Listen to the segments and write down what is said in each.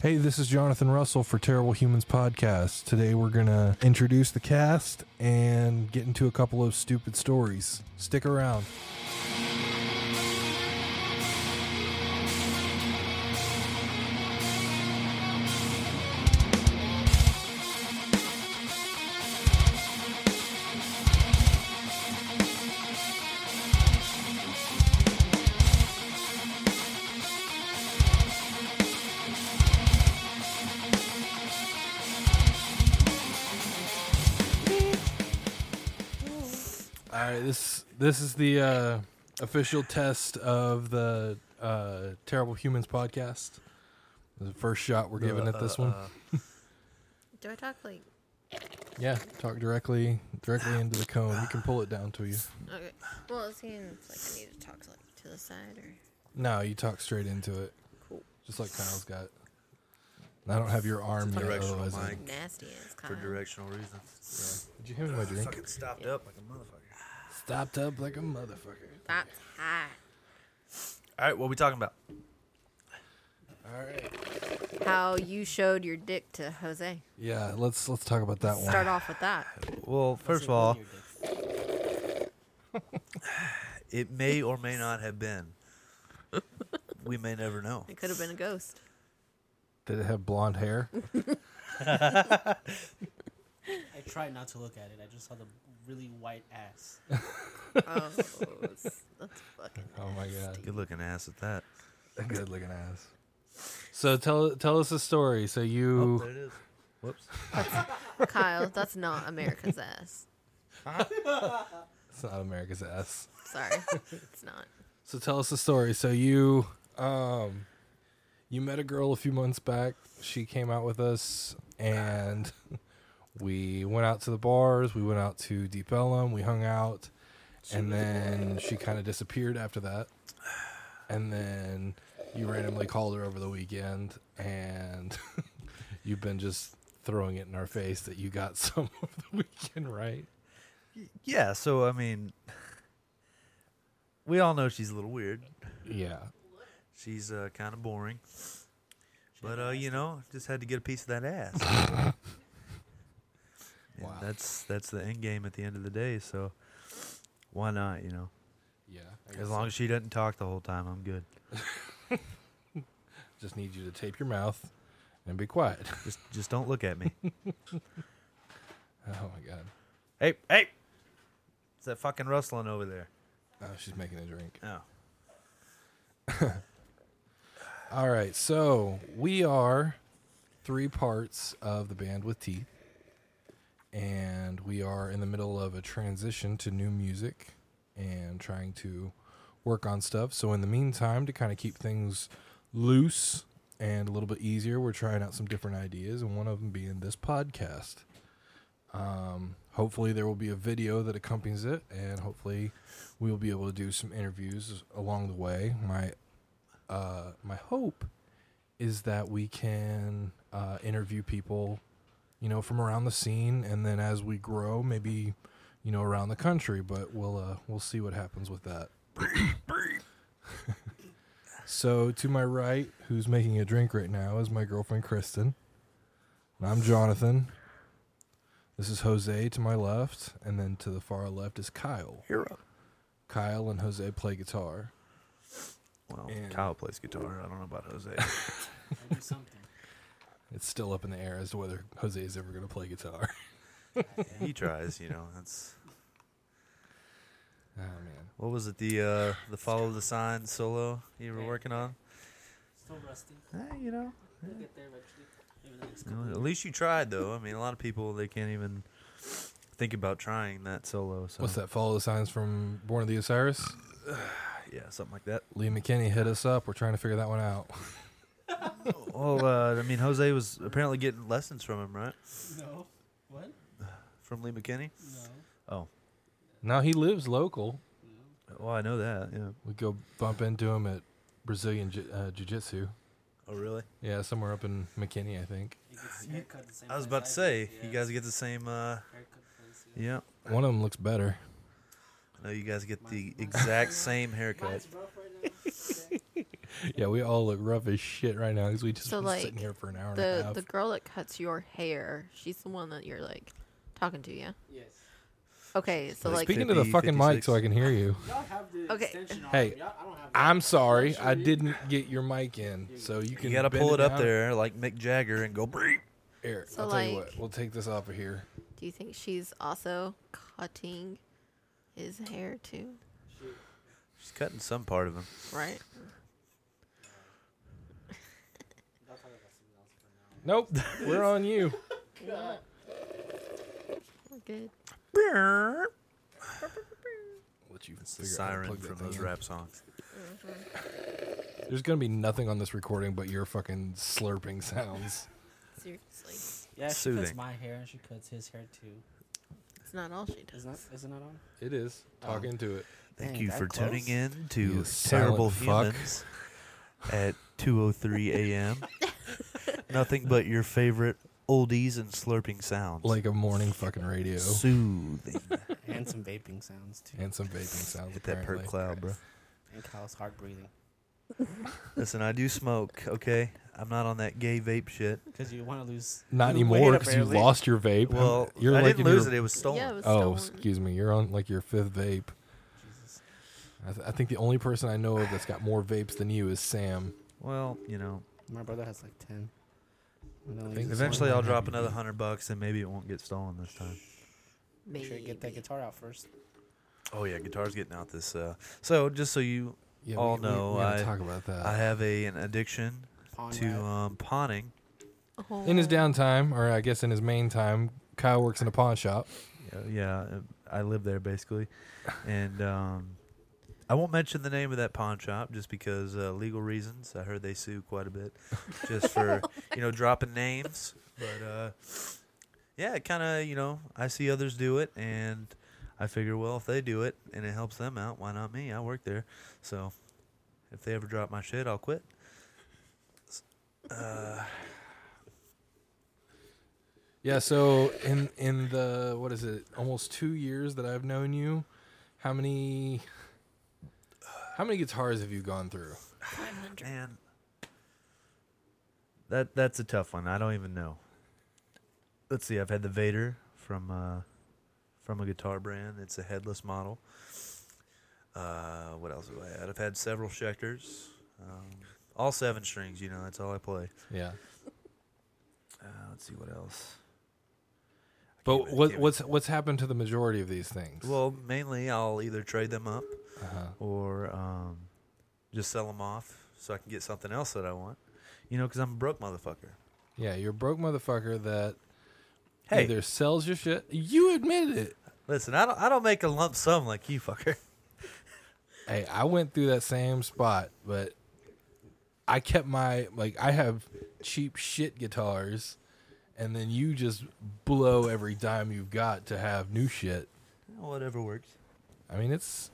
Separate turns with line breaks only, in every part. Hey, this is Jonathan Russell for Terrible Humans Podcast. Today we're going to introduce the cast and get into a couple of stupid stories. Stick around. All right, this this is the uh, official test of the uh, Terrible Humans Podcast. The first shot we're giving at this one.
Do I talk like
Yeah, talk directly directly into the cone. You can pull it down to you.
okay? Well, it seems like I need to talk like to the side or
No, you talk straight into it,
cool.
just like Kyle's got. And I don't have your arm yet.
Directional
otherwise I-
mic.
Nasty as
for
kind.
directional reasons.
Did you hand me my drink?
Fucking stopped up like a motherfucker.
Stopped up like a motherfucker.
That's high.
All right, what are we talking about?
All right.
How you showed your dick to Jose.
Yeah, let's let's talk about that
Start
one.
off with that.
Well, first of all, it may or may not have been. We may never know.
It could have been a ghost.
Did it have blonde hair?
I tried not to look at it. I just saw the really white ass.
Oh, that's that's fucking.
Oh my god,
Good looking ass at that.
good looking ass. So tell tell us a story. So you
Oh, it is. Whoops.
Kyle, that's not America's ass.
it's not America's ass.
Sorry, it's not.
So tell us a story. So you um you met a girl a few months back. She came out with us and we went out to the bars, we went out to Deep Ellum, we hung out, and then she kind of disappeared after that. And then you randomly called her over the weekend and you've been just throwing it in our face that you got some over the weekend, right?
Yeah, so I mean, we all know she's a little weird.
Yeah.
She's uh, kind of boring. But uh, you know, just had to get a piece of that ass. And
Wow.
That's that's the end game at the end of the day. So why not? You know,
Yeah.
as long as she doesn't talk the whole time, I'm good.
just need you to tape your mouth and be quiet.
Just just don't look at me.
Oh my god.
hey hey, it's that fucking rustling over there.
Oh, she's making a drink.
Oh,
All right, so we are three parts of the band with teeth, and we are in the middle of a transition to new music and trying to work on stuff. So in the meantime, to kind of keep things loose and a little bit easier, we're trying out some different ideas, and one of them being this podcast. Um, hopefully, there will be a video that accompanies it, and hopefully, we will be able to do some interviews along the way. My uh, my hope is that we can uh, interview people, you know, from around the scene, and then as we grow, maybe, you know, around the country. But we'll uh, we'll see what happens with that. so to my right, who's making a drink right now, is my girlfriend Kristen, and I'm Jonathan. This is Jose to my left, and then to the far left is Kyle.
hero.
Kyle and Jose play guitar.
Well,
And-
Kyle plays guitar. I don't know about Jose.
I do something.
It's still up in the air as to whether Jose is ever going to play guitar.
he tries. You know, that's
Oh man.
what was it? The uh, the follow the sign solo you were working on.
Still rusty.
Eh, you know,
We'll get there eventually. Maybe the next
You know,
couple
at
of
least you tried, though. I mean, a lot of people they can't even think about trying that solo. So
What's that? Follow the signs from Born of the Osiris.
Yeah, something like that.
Lee McKinney hit us up. We're trying to figure that one out.
well, uh, I mean, Jose was apparently getting lessons from him, right?
years. No. What?
From Lee McKinney.
No.
Oh,
Now he lives local.
well, Oh, I know that. Yeah.
We go bump into him at Brazilian jiu- uh, jiu-jitsu.
Oh, really?
Yeah, somewhere up in McKinney, I think.
He gets his haircut the same
I was
place
about to
do.
say,
Yeah,
you guys get the same. uh
Haircut place, yeah.
Yeah.
One of them looks better.
I know you guys get the
Mine's- mine's-
exact same haircut.
Mine's rough right now.
yeah, we all look rough as shit right now because we just
So,
been sitting
like,
here for an hour and a
The
half.
the girl that cuts your hair, she's the one that you're like talking to, yeah.
Yes.
Okay, so
Like,
like
Speaking to the
50,
fucking mic
56.
so I can hear you.
Y'all have the
Okay.
extension on.
Hey,
them. Y'all, I don't have that.
I'm sorry, I
Sure.
didn't get your mic in, so you can
You gotta
bend
pull it up
down.
there like Mick Jagger and go. Breep.
Here,
So,
I'll tell you
like-
what, we'll take this off of here.
do you think she's also cutting his hair too?
She's cutting some part of him.
Right?
Y'all talk about something else for now.
Nope, we're on you.
We're good.
Let you
It's the
figure out how to
siren
plug that
from
thing
those
in.
rap songs.
There's gonna be nothing on this recording but your fucking slurping sounds.
Seriously.
Yeah, she cuts
Soothing.
my hair and she cuts his hair too.
It's not all she does.
Isn't that, isn't that on?
It is talking to it.
Thank
Dang,
you
that
for tuning
close?
in to
You
Terrible
silent fuck.
Humans at 2:03 a.m. Nothing but your favorite oldies and slurping sounds.
Like a morning fucking radio
soothing.
and some vaping sounds too.
and some vaping sounds.
Get that perp
apparently.
cloud, bro.
And Kyle's hard breathing.
Listen, I do smoke. Okay, I'm not on that gay vape shit.
Because you want to lose.
Not
you
anymore
weight,
because you
apparently.
lost your vape.
Well,
you're
I
like
didn't
in
lose
your,
it. It was stolen.
Yeah, it was
Oh,
stolen.
excuse me. You're on like your fifth vape.
Jesus.
I, th- I think the only person I know of that's got more vapes than you is Sam.
Well, you know,
My brother has like 10. And then
I
we
think
use
that's-
one.
eventually I'll
one
drop
happy
another
beat.
hundred bucks, and maybe it won't get stolen this time.
Maybe.
Make sure you get that guitar out first.
Oh yeah, guitar's getting out this. Uh, so just so you,
Yeah,
Oh,
we, we-
no,
we gotta
I-
talk about that.
I have a an addiction
Pawn
to
rat.
um, pawning.
Oh.
in his downtime, or I guess in his main time, Kyle works in a pawn shop.
Yeah, yeah, uh, I live there basically, and um, I won't mention the name of that pawn shop just because uh, legal reasons. I heard they sue quite a bit just for you know dropping names, but uh, yeah, kind of you know I see others do it, and I figure well if they do it and it helps them out, why not me? I work there, so if they ever drop my shit, I'll quit. S- Uh,
Yeah, so in in the what is it? Almost two years that I've known you, how many how many guitars have you gone through?
500.
man, that that's a tough one. I don't even know. Let's see. I've had the Vader from uh, from a guitar brand. It's a headless model. Uh, what else have I had? I've had several Schecters. Um, all seven strings. You know, that's all I play.
Yeah,
Uh, let's see what else.
but
even-
what
can't
what's what's happened to the majority of these things?
Well, mainly I'll either trade them up
uh-huh.
or um, just sell them off so I can get something else that I want. You know, because I'm a broke motherfucker.
yeah, you're a broke motherfucker that
Hey.
either sells your shit. You admitted it.
Listen, I don't I don't make a lump sum like you fucker.
Hey, I went through that same spot, but I kept my like I have cheap shit guitars, and then you just blow every dime you've got to have new shit.
Whatever works.
I mean, it's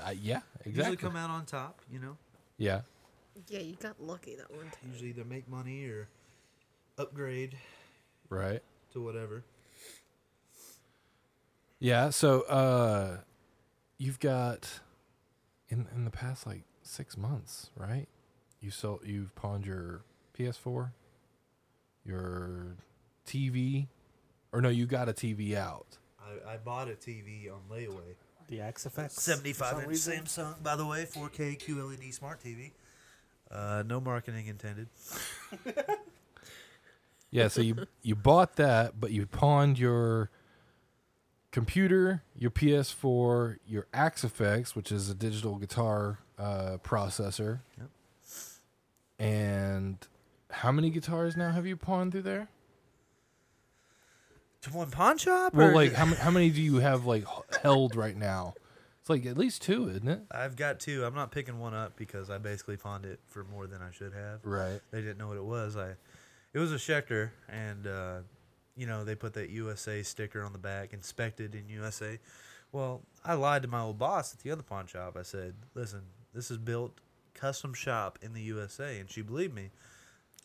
I yeah,
Usually
exactly.
come out on top, you know.
Yeah,
Yeah, you got lucky that one time.
Usually either make money or upgrade
right.
to whatever.
Yeah, so uh you've got in in the past like 6 months, right? You sold you've pawned your PS4, your TV, or no, you got a TV out.
I, I bought a TV on layaway.
The Axe Effects. For
75
some
inch
reason.
Samsung, by the way, 4K QLED E smart TV. Uh, no marketing intended.
Yeah, so you you bought that, but you pawned your computer, your PS4, your Axe Effects, which is a digital guitar uh, processor.
Yep.
And how many guitars now have you pawned through there?
To one pawn shop?
Well,
or-
like how many, how many do you have like h- held right now? It's like at least two, isn't it?
I've got two. I'm not picking one up because I basically pawned it for more than I should have.
Right.
they didn't know what it was. I, it was a Schecter, and uh, you know they put that USA sticker on the back, inspected in USA. Well, I lied to my old boss at the other pawn shop. I said, "Listen, this is built custom shop in the USA," and she believed me.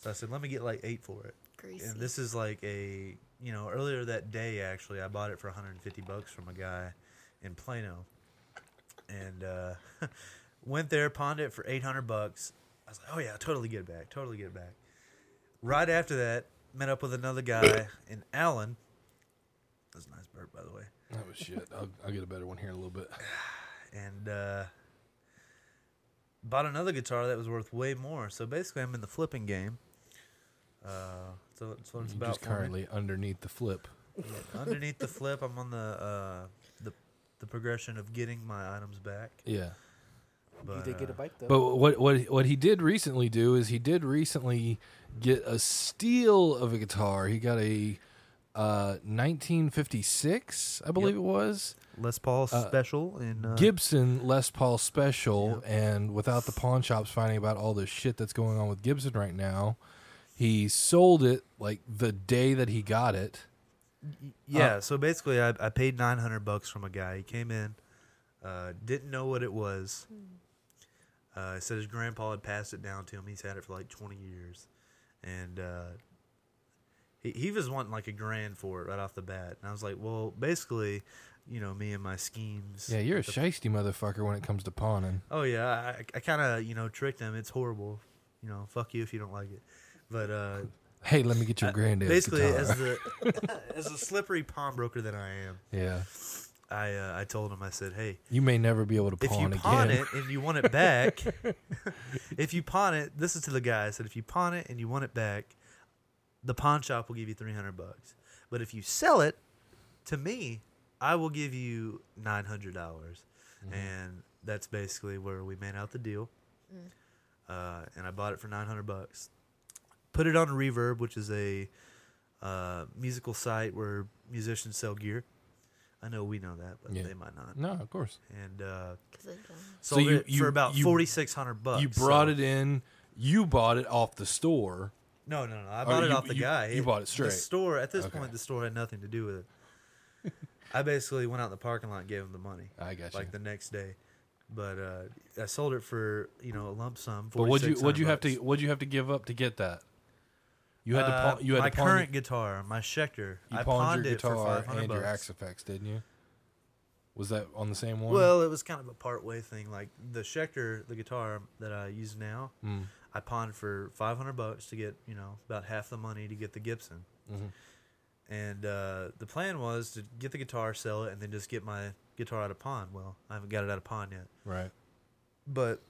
So I said, "Let me get like eight for it."
Greasy.
And this is like a you know earlier that day actually I bought it for 150 bucks from a guy in Plano, and uh, Went there, pawned it for eight hundred bucks. I was like, oh yeah, I'll totally get it back, totally get it back. Right after that, met up with another guy in Allen. That's a nice burp, by the way.
That was Oh, shit. I'll, I'll get a better one here in a little bit.
and uh, bought another guitar that was worth way more. So basically, I'm in the flipping game. Uh, so that's what it's
I'm
about.
just
for me.
currently underneath the flip.
Yeah, underneath the flip, I'm on the uh, the the progression of getting my items back.
Yeah.
But,
you did get a
uh,
bike though.
But what what what he did recently do is he did recently get a steal of a guitar. He got a uh, 1956, I believe it was
Les Paul
Uh,
special in uh,
Gibson Les Paul Special. And without the pawn shops finding about all this shit that's going on with Gibson right now, he sold it like the day that he got it. uh,
Yeah, so basically, I, I paid nine hundred bucks from a guy. He came in, uh, didn't know what it was. Uh, he said his grandpa had passed it down to him. He's had it for like twenty years, and uh, he he was wanting like a grand for it right off the bat. And I was like, well, basically, you know, me and my schemes.
Yeah, you're a shisty motherfucker when it comes to pawning.
Oh yeah, I, I kind of you know tricked him. It's horrible. You know, fuck you if you don't like it. But uh,
Hey, let me get your granddad's
basically,
guitar.
as the as a slippery pawnbroker that I am.
yeah,
I uh, I told him I said, hey,
you may never be able to
if
pawn
you pawn
again.
it and you want it back, if you pawn it, this is to the guy. I said, if you pawn it and you want it back, the pawn shop will give you three hundred bucks. But if you sell it to me, I will give you nine hundred dollars,
Mm-hmm.
and that's basically where we made out the deal. Uh, and I bought it for nine hundred bucks. Put it on Reverb, which is a uh, musical site where musicians sell gear. I know we know that, but
Yeah.
they might not.
No, of course.
And uh,
'Cause I don't-
So
sold
you-
it
you-
for about
you-
forty six hundred bucks.
you brought
so-
it in. You bought it off the store.
No, no, no. I bought it
Oh, you-
off the
you-
guy.
you bought it
The
straight.
store at this
Okay.
point, the store had nothing to do with it. I basically went out in the parking lot, and gave him the money,
I got you.
like the next day. But uh, I sold it for you know a lump sum.
but what'd you what'd you have to
4600
what'd you have to give up to get that? You had
bucks.
to pawn, you had
Uh, my
to pawn
current guitar, my Schecter.
you
I
pawned, your
it for
guitar
500
and your
bucks.
Axe Effects, didn't you? Was that on the same one?
Well, it was kind of a part way thing. Like the Schecter, the guitar that I use now,
Mm.
I pawned for five hundred bucks to get you know about half the money to get the Gibson.
Mhm.
And uh, the plan was to get the guitar, sell it, and then just get my guitar out of pawn. Well, I haven't got it out of pawn yet,
right.
but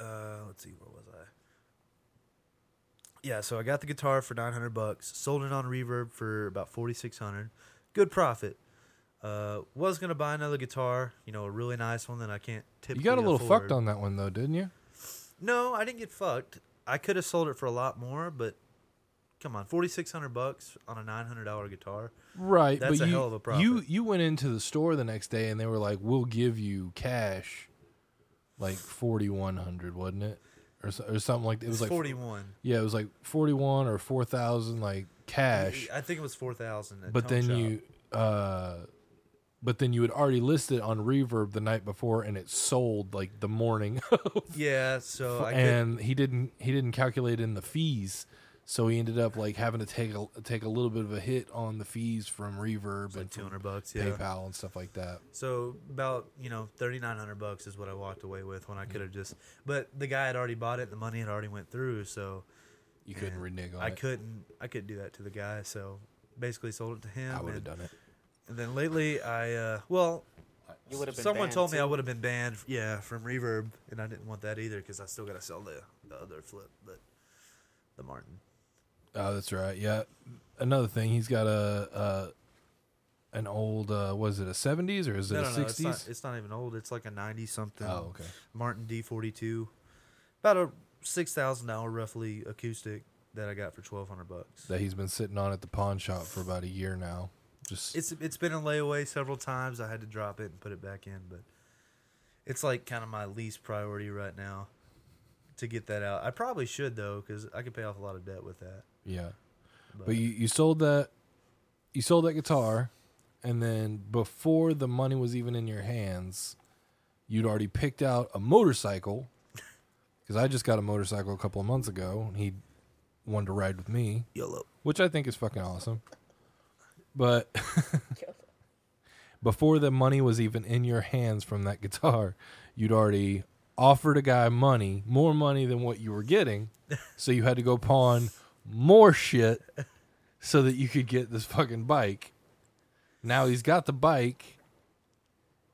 uh, let's see, where was I? Yeah, so I got the guitar for nine hundred bucks, sold it on Reverb for about forty six hundred. Good profit. Uh, was gonna buy another guitar, you know, a really nice one that I can't tip.
You got a little fucked on that one though, didn't you?
No, I didn't get fucked. I could have sold it for a lot more, but come on, forty six hundred bucks on a nine hundred dollar guitar.
Right,
That's
but
a
you,
hell of a profit.
you you went into the store the next day and they were like, "We'll give you cash, like forty one hundred, wasn't it, or, so- or something like that. It was like
forty one.
Yeah, it was like forty one or four thousand, like cash.
I think it was four thousand.
but then you uh but then you had already listed on reverb the night before and it sold like the morning
yeah. So I could,
and he didn't he didn't calculate in the fees so he ended up like having to take a take a little bit of a hit on the fees from reverb
like
and
two
from
hundred bucks. Yeah.
paypal and stuff like that
So about you know thirty nine hundred bucks is what I walked away with
Mm.
when I could have just. But the guy had already bought it. The money had already went through. So
you couldn't
and
renege on
I
it
couldn't. I couldn't do that to the guy. So basically sold it to him.
i would have
and-
done it
And then lately, I uh, well,
You would've been
someone
banned,
told me I
too.
would have been banned. Yeah, from Reverb, and I didn't want that either because I still got to sell the, the other flip, but the Martin.
oh that's right yeah another thing he's got a, a an old uh was it a 70s or is it
no,
a
no, no, it's
60s
not. It's not even old. It's like a ninety something.
oh okay
Martin D forty two, about a six thousand dollar roughly acoustic that I got for twelve hundred bucks.
that he's been sitting on at the pawn shop for about a year now. Just
It's it's been in layaway several times. I had to drop it and put it back in, but it's like kind of my least priority right now to get that out. I probably should though, because I could pay off a lot of debt with that.
yeah.
But,
But you, you sold that you sold that guitar and then before the money was even in your hands, you'd already picked out a motorcycle cuz I just got a motorcycle a couple of months ago and he wanted to ride with me,
YOLO.
which I think is fucking awesome. But before the money was even in your hands from that guitar, you'd already offered a guy money, more money than what you were getting, so you had to go pawn more shit so that you could get this fucking bike. Now he's got the bike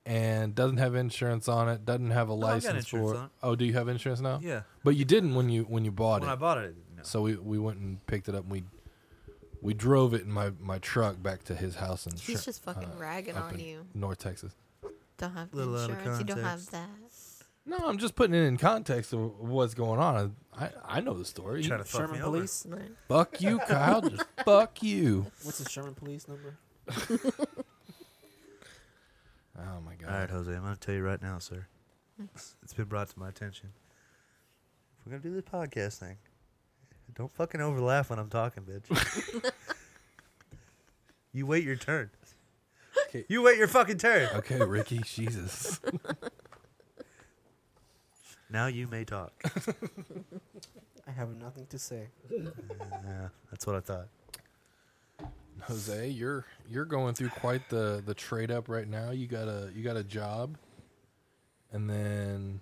and doesn't have insurance on it, doesn't have a
I got
license for
insurance
it.
on it.
Oh, do you have insurance now?
Yeah.
But you didn't when you when you bought
When
it.
I bought it, no.
So we, we went and picked it up and we we drove it in my, my truck back to his house in
He's just fucking
uh,
ragging
up
on
in
you.
North Texas.
Don't have
Little out of
insurance. You don't have
context.
that.
No, I'm just putting it in context of what's going on. I, I know the story.
trying to fuck
Sherman
me
Police.
Right.
Fuck you, Kyle. just fuck you.
What's the Sherman Police number?
Oh my god.
Over. All right, Jose, I'm gonna tell you right now, sir. It's- it's been brought to my attention. If we're gonna do this podcast thing, don't fucking overlaugh when I'm talking, bitch. you wait your turn.
'Kay.
You wait your fucking turn.
Okay, Ricky. Jesus.
Now you may talk.
I have nothing to say.
yeah, that's what I thought.
Jose, you're you're going through quite the the trade up right now. You got a you got a job, and then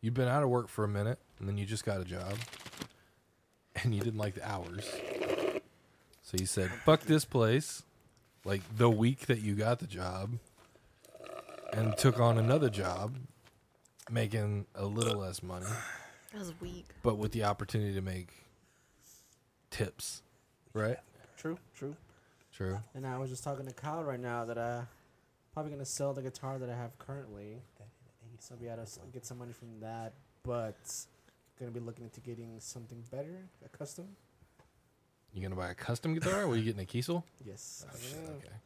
you've been out of work for a minute, and then you just got a job, and you didn't like the hours, so you said fuck this place, like the week that you got the job, and took on another job, making a little less money,
That was weak.
but with the opportunity to make tips, right?
True, true.
True.
And I was just talking to Kyle right now that uh probably gonna sell the guitar that I have currently. So I'll be able to s- get some money from that, but gonna be looking into getting something better, a custom.
You gonna buy a custom guitar? Were you getting a Kiesel?
Yes.
Oh, shit,
Yeah.
okay.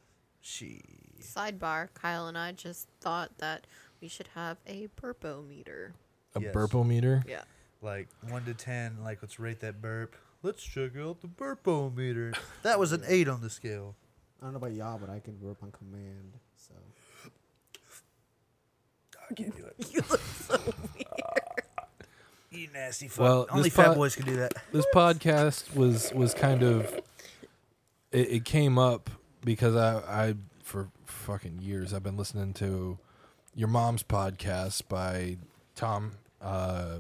She.
Sidebar: Kyle and I just thought that we should have a burpo meter.
A
Yes.
burpo meter.
Yeah.
like one to ten, like let's rate that burp. Let's check out the burpometer. That was an eight on the scale.
I don't know about y'all, but I can burp on command. So
I can do it.
You look so weird.
You nasty fuck.
Well, this
Only fat
pod-
boys can do that.
This podcast was was kind of it, it came up because I I for fucking years I've been listening to your mom's podcast by Tom uh,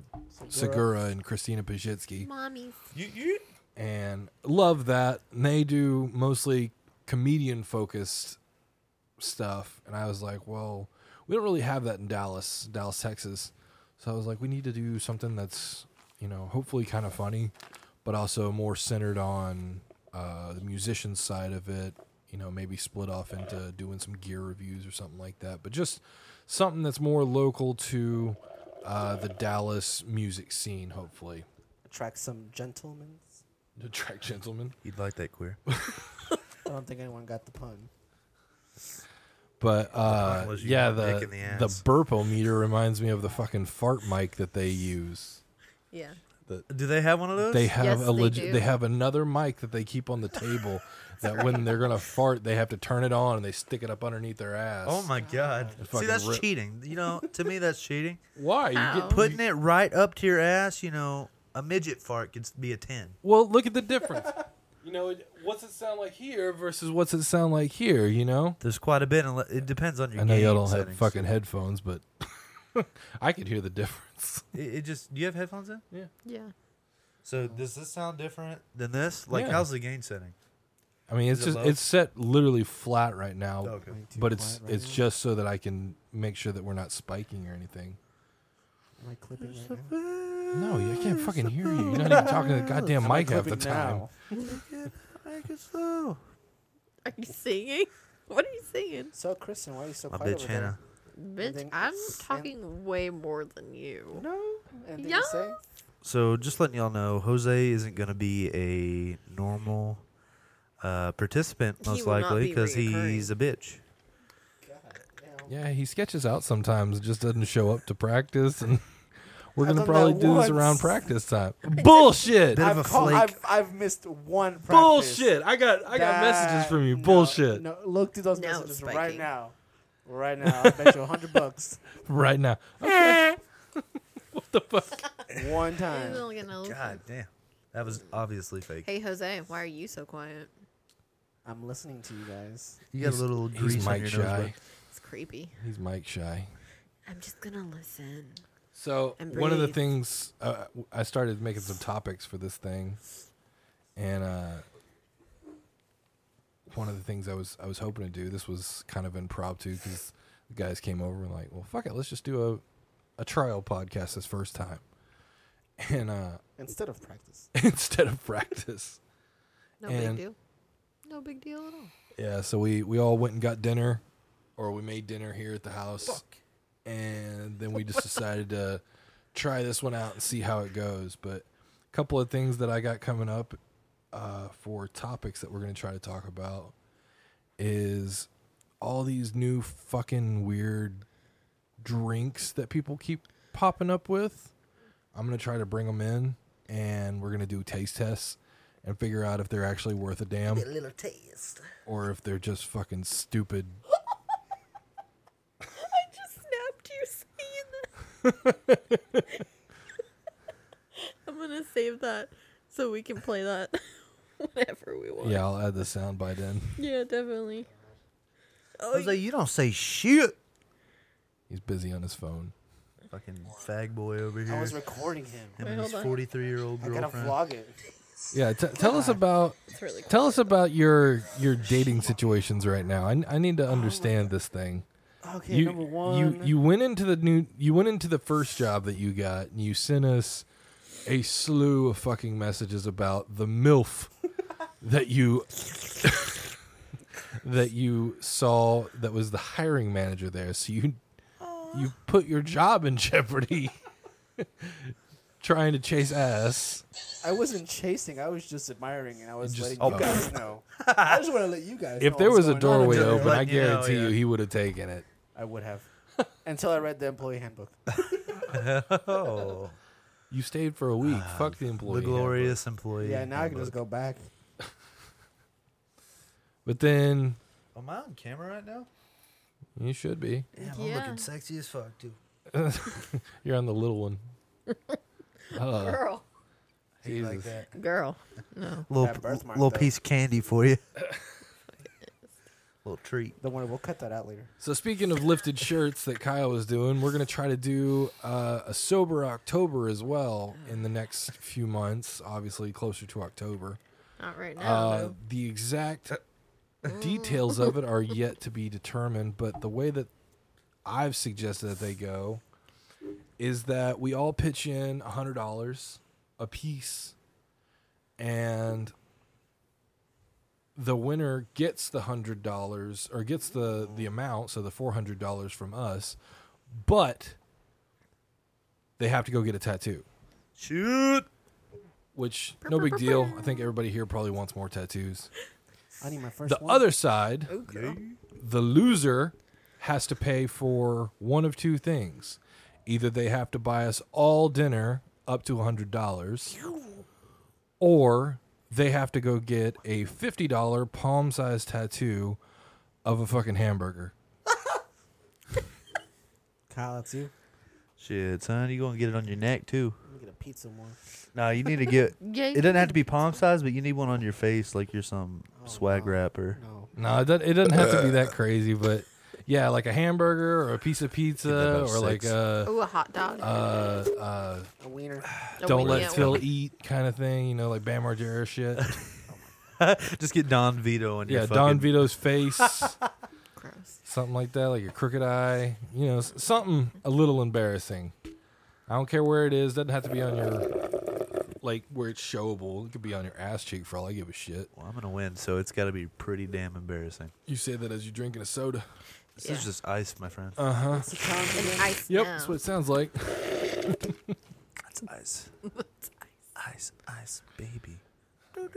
Segura and Christina Pajitsky.
Mommy.
You, you.
and love that. And they do mostly comedian focused stuff. And I was like, well, we don't really have that in Dallas, Dallas, Texas. So I was like, we need to do something that's, you know, hopefully kind of funny, but also more centered on uh, the musician side of it. You know, maybe split off into doing some gear reviews or something like that. But just something that's more local to uh, the Dallas music scene, hopefully.
attract some gentlemen.
The track gentlemen.
You'd like that queer.
I don't think anyone got the pun.
But uh,
point was you
yeah,
got
the
dick in the
the,
ass.
burpo meter reminds me of the fucking fart mic that they use.
Yeah.
Do they have one of those?
They have
Yes,
a
they
legit.
do.
They, have another mic that they keep on the table that when they're gonna fart, they have to turn it on and they stick it up underneath their ass.
Oh my god. See,
fucking
that's
rip.
cheating. You know, to me, that's cheating.
Why you get
Ow.
put?
Putting it right up to your ass. You know, a midget fart could be a ten.
Well, look at the difference. you know, it- what's it sound like here versus what's it sound like here? You know,
There's quite a bit. and It depends on your.
I know
game
y'all don't have
settings.
fucking headphones, but I could hear the difference.
It, it just. Do you have headphones in?
Yeah.
So does this sound different than this? Like,
Yeah.
how's the gain setting?
I mean, it's
Is it
just
low?
it's set literally flat right now.
Okay.
Am I too
but it's
quiet right
it's
now?
just so that I can make sure that we're not spiking or anything.
Am I clipping right now?
No, I can't fucking hear you. You're not even talking to the goddamn
Am I
mic half the
clipping
time.
now?
Make it slow.
Are you singing? What are you singing?
So Kristen, why are you so
My
quiet
bitch
over
Hannah.
Bitch,
Anything
I'm
else?
talking way more than
there?
you.
No. Anything
Yeah.
to say?
So just letting y'all know, Jose isn't going to be a normal uh, participant
He
most
will not
likely
be
because
reoccurring.
he's a bitch.
Yeah, he sketches out sometimes, just doesn't show up to practice, and we're
I've
gonna
done
probably
that
do this around
once.
practice time. Bullshit!
Bit of
I've
a
called-
flake.
I've, I've missed one practice.
Bullshit! I got I got messages
That-
from you.
no,
Bullshit!
No, look through those
Now it's
messages right
spiking.
now. Right now. I bet you a hundred bucks.
Right now. Okay. what the fuck?
One
He's
time.
only gonna listen.
God damn. That was obviously fake.
Hey Jose, why are you so quiet?
I'm listening to you guys.
you got a little grease
He's
on
Mike
your nose, bud.
shy.
It's creepy.
He's Mike shy.
I'm just gonna listen.
So
And
one of the
breathe.
things uh, I started making some topics for this thing, and uh, one of the things I was I was hoping to do this was kind of impromptu because the guys came over and like, well, fuck it, let's just do a a trial podcast this first time, and uh,
Instead of practice.
instead of practice.
No
And-
big deal. No big deal at all.
Yeah, so we we all went and got dinner, or we made dinner here at the house, and then we just decided to try this one out and see how it goes. But a couple of things that I got coming up uh, for topics that we're gonna try to talk about is all these new fucking weird drinks that people keep popping up with. I'm gonna try to bring them in, and we're gonna do taste tests and figure out if they're actually worth a damn
little taste.
or if they're just fucking stupid.
I just snapped you saying that. I'm gonna save that so we can play that whenever we want.
Yeah, I'll add the sound bite in.
Yeah, definitely. Oh,
I was like, you don't say shit.
He's busy on his phone.
Fucking fag boy over here.
I was recording him.
him
Wait,
and his
hold on.
43 year old
I gotta
girlfriend.
vlog it.
Yeah, t- tell us about
It's really cool.
tell us about your your dating situations right now. I, I need to understand this thing.
Okay,
You,
number one.
you you went into the new you went into the first job that you got and you sent us a slew of fucking messages about the milf that you that you saw that was the hiring manager there. So you you put your job in jeopardy trying to chase ass.
I wasn't chasing. I was just admiring, and I was
Just-
letting
oh.
you guys know. I just want to let you guys. know
If there
what's
was a
going on
doorway
in there.
open, I
Letting you know,
guarantee you
yeah.
he would have taken it.
I would have. Until I read the employee handbook.
Oh,
You stayed for a week. Fuck the
Ah, the
employee.
glorious employee.
Yeah, now I can just
handbook.
go back.
But then
Am I on camera right now?
you should be.
Damn,
Yeah.
I'm looking sexy as fuck, dude.
You're on the little one. Uh,
Girl.
Hate like
Jesus.
that.
Girl. No.
That
Little,
birthmark,
little
though.
piece of candy for you. little treat.
Don't worry, we'll cut that out later.
So speaking of lifted shirts that Kyle was doing, we're gonna try to do uh, a sober October as well in the next few months. Obviously, closer to October.
Not right now.
Uh,
though.
the exact details of it are yet to be determined, but the way that I've suggested that they go is that we all pitch in hundred dollars a piece, and the winner gets the hundred dollars or gets the the amount, so the four hundred dollars from us, but they have to go get a tattoo
Shoot.
which no big deal. I think everybody here probably wants more tattoos.
I need my first
The
one.
other side,
Ooh, girl.
the loser has to pay for one of two things. Either they have to buy us all dinner up to $100 or they have to go get a $50 palm-sized tattoo of a fucking hamburger.
Kyle, that's you.
Shit, son, you gonna get it on your neck too?
Let me get a pizza one.
No, you need to get.
Yeah,
It doesn't have to be palm size, but you need one on your face, like you're some swag rapper.
No.
No, it doesn't, it doesn't have to be that crazy, but yeah, like a hamburger or a piece of pizza
about
or like
six.
a
Ooh, a hot dog.
uh, uh,
A wiener.
A
don't
weenie
let
at
Phil
work.
eat kind of thing, you know, like Bam Margera shit.
Just get Don Vito on your.
yeah,
fucking-
Don Vito's face,
Gross.
something like that, like a crooked eye, you know, s- something a little embarrassing. I don't care where it is. Doesn't have to be on your like where it's showable. It could be on your ass cheek for all I give a shit.
Well, I'm gonna win, so it's got to be pretty damn embarrassing.
You say that as you're drinking a soda.
This
Yeah.
is just ice, my friend.
Uh huh.
What's the challenge
An
again?
ice
Yep,
now.
that's what it sounds like.
That's ice. ice, ice, baby.
Oh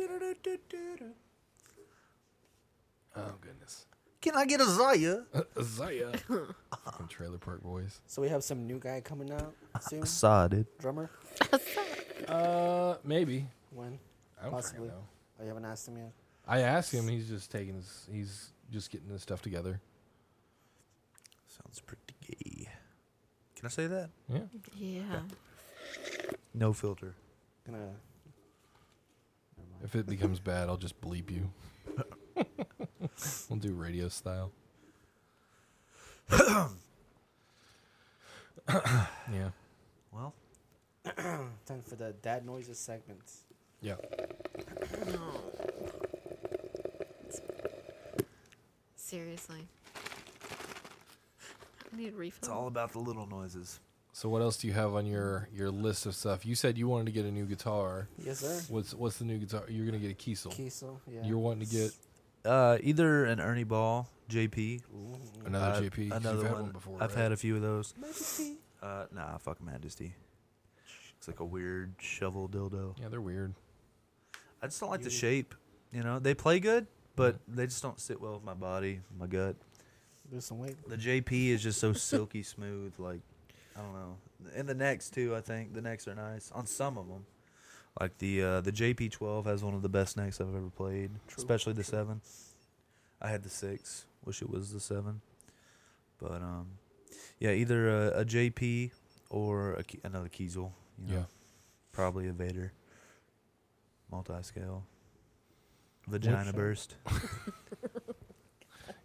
goodness.
Can I get a Zaya?
Zaya. From Trailer Park Boys.
So we have some new guy coming out soon.
Saw, dude.
Drummer.
Uh, maybe.
When?
I don't fucking
Possibly.
know.
Oh, you haven't asked him yet.
I asked him. He's just taking his. He's just getting his stuff together.
Sounds pretty gay. Can I say that?
Yeah.
Yeah.
No filter.
Gonna.
If it becomes bad, I'll just bleep you. we'll do radio style. yeah.
for the dad noises segment.
Yeah.
Seriously. I need a refill.
It's all about the little noises.
So what else do you have on your your list of stuff? You said you wanted to get a new guitar.
Yes, sir.
What's what's the new guitar? You're gonna get a Kiesel.
Kiesel, yeah.
You're wanting to get
Uh, either an Ernie Ball, JP,
Ooh.
another
uh,
JP. 'cause
another
you've had
one.
one before.
I've
right?
had a few of those.
Majesty.
Uh, nah, fuck Majesty. It's like a weird shovel dildo.
Yeah, they're weird.
I just don't like the
You-
shape. You know, they play good, but they just don't sit well with my body, my gut.
Lose some weight.
The JP is just so silky smooth. Like, I don't know. And the necks too. I think the necks are nice on some of them. Like the uh, the JP12 has one of the best necks I've ever played,
True,
especially the
true.
seven. I had the six. Wish it was the seven, but um, yeah, either a, a JP or a, Ki- another Kiesel. You know,
Yeah.
probably a Vader. Multi-scale. Vagina
shot.
burst.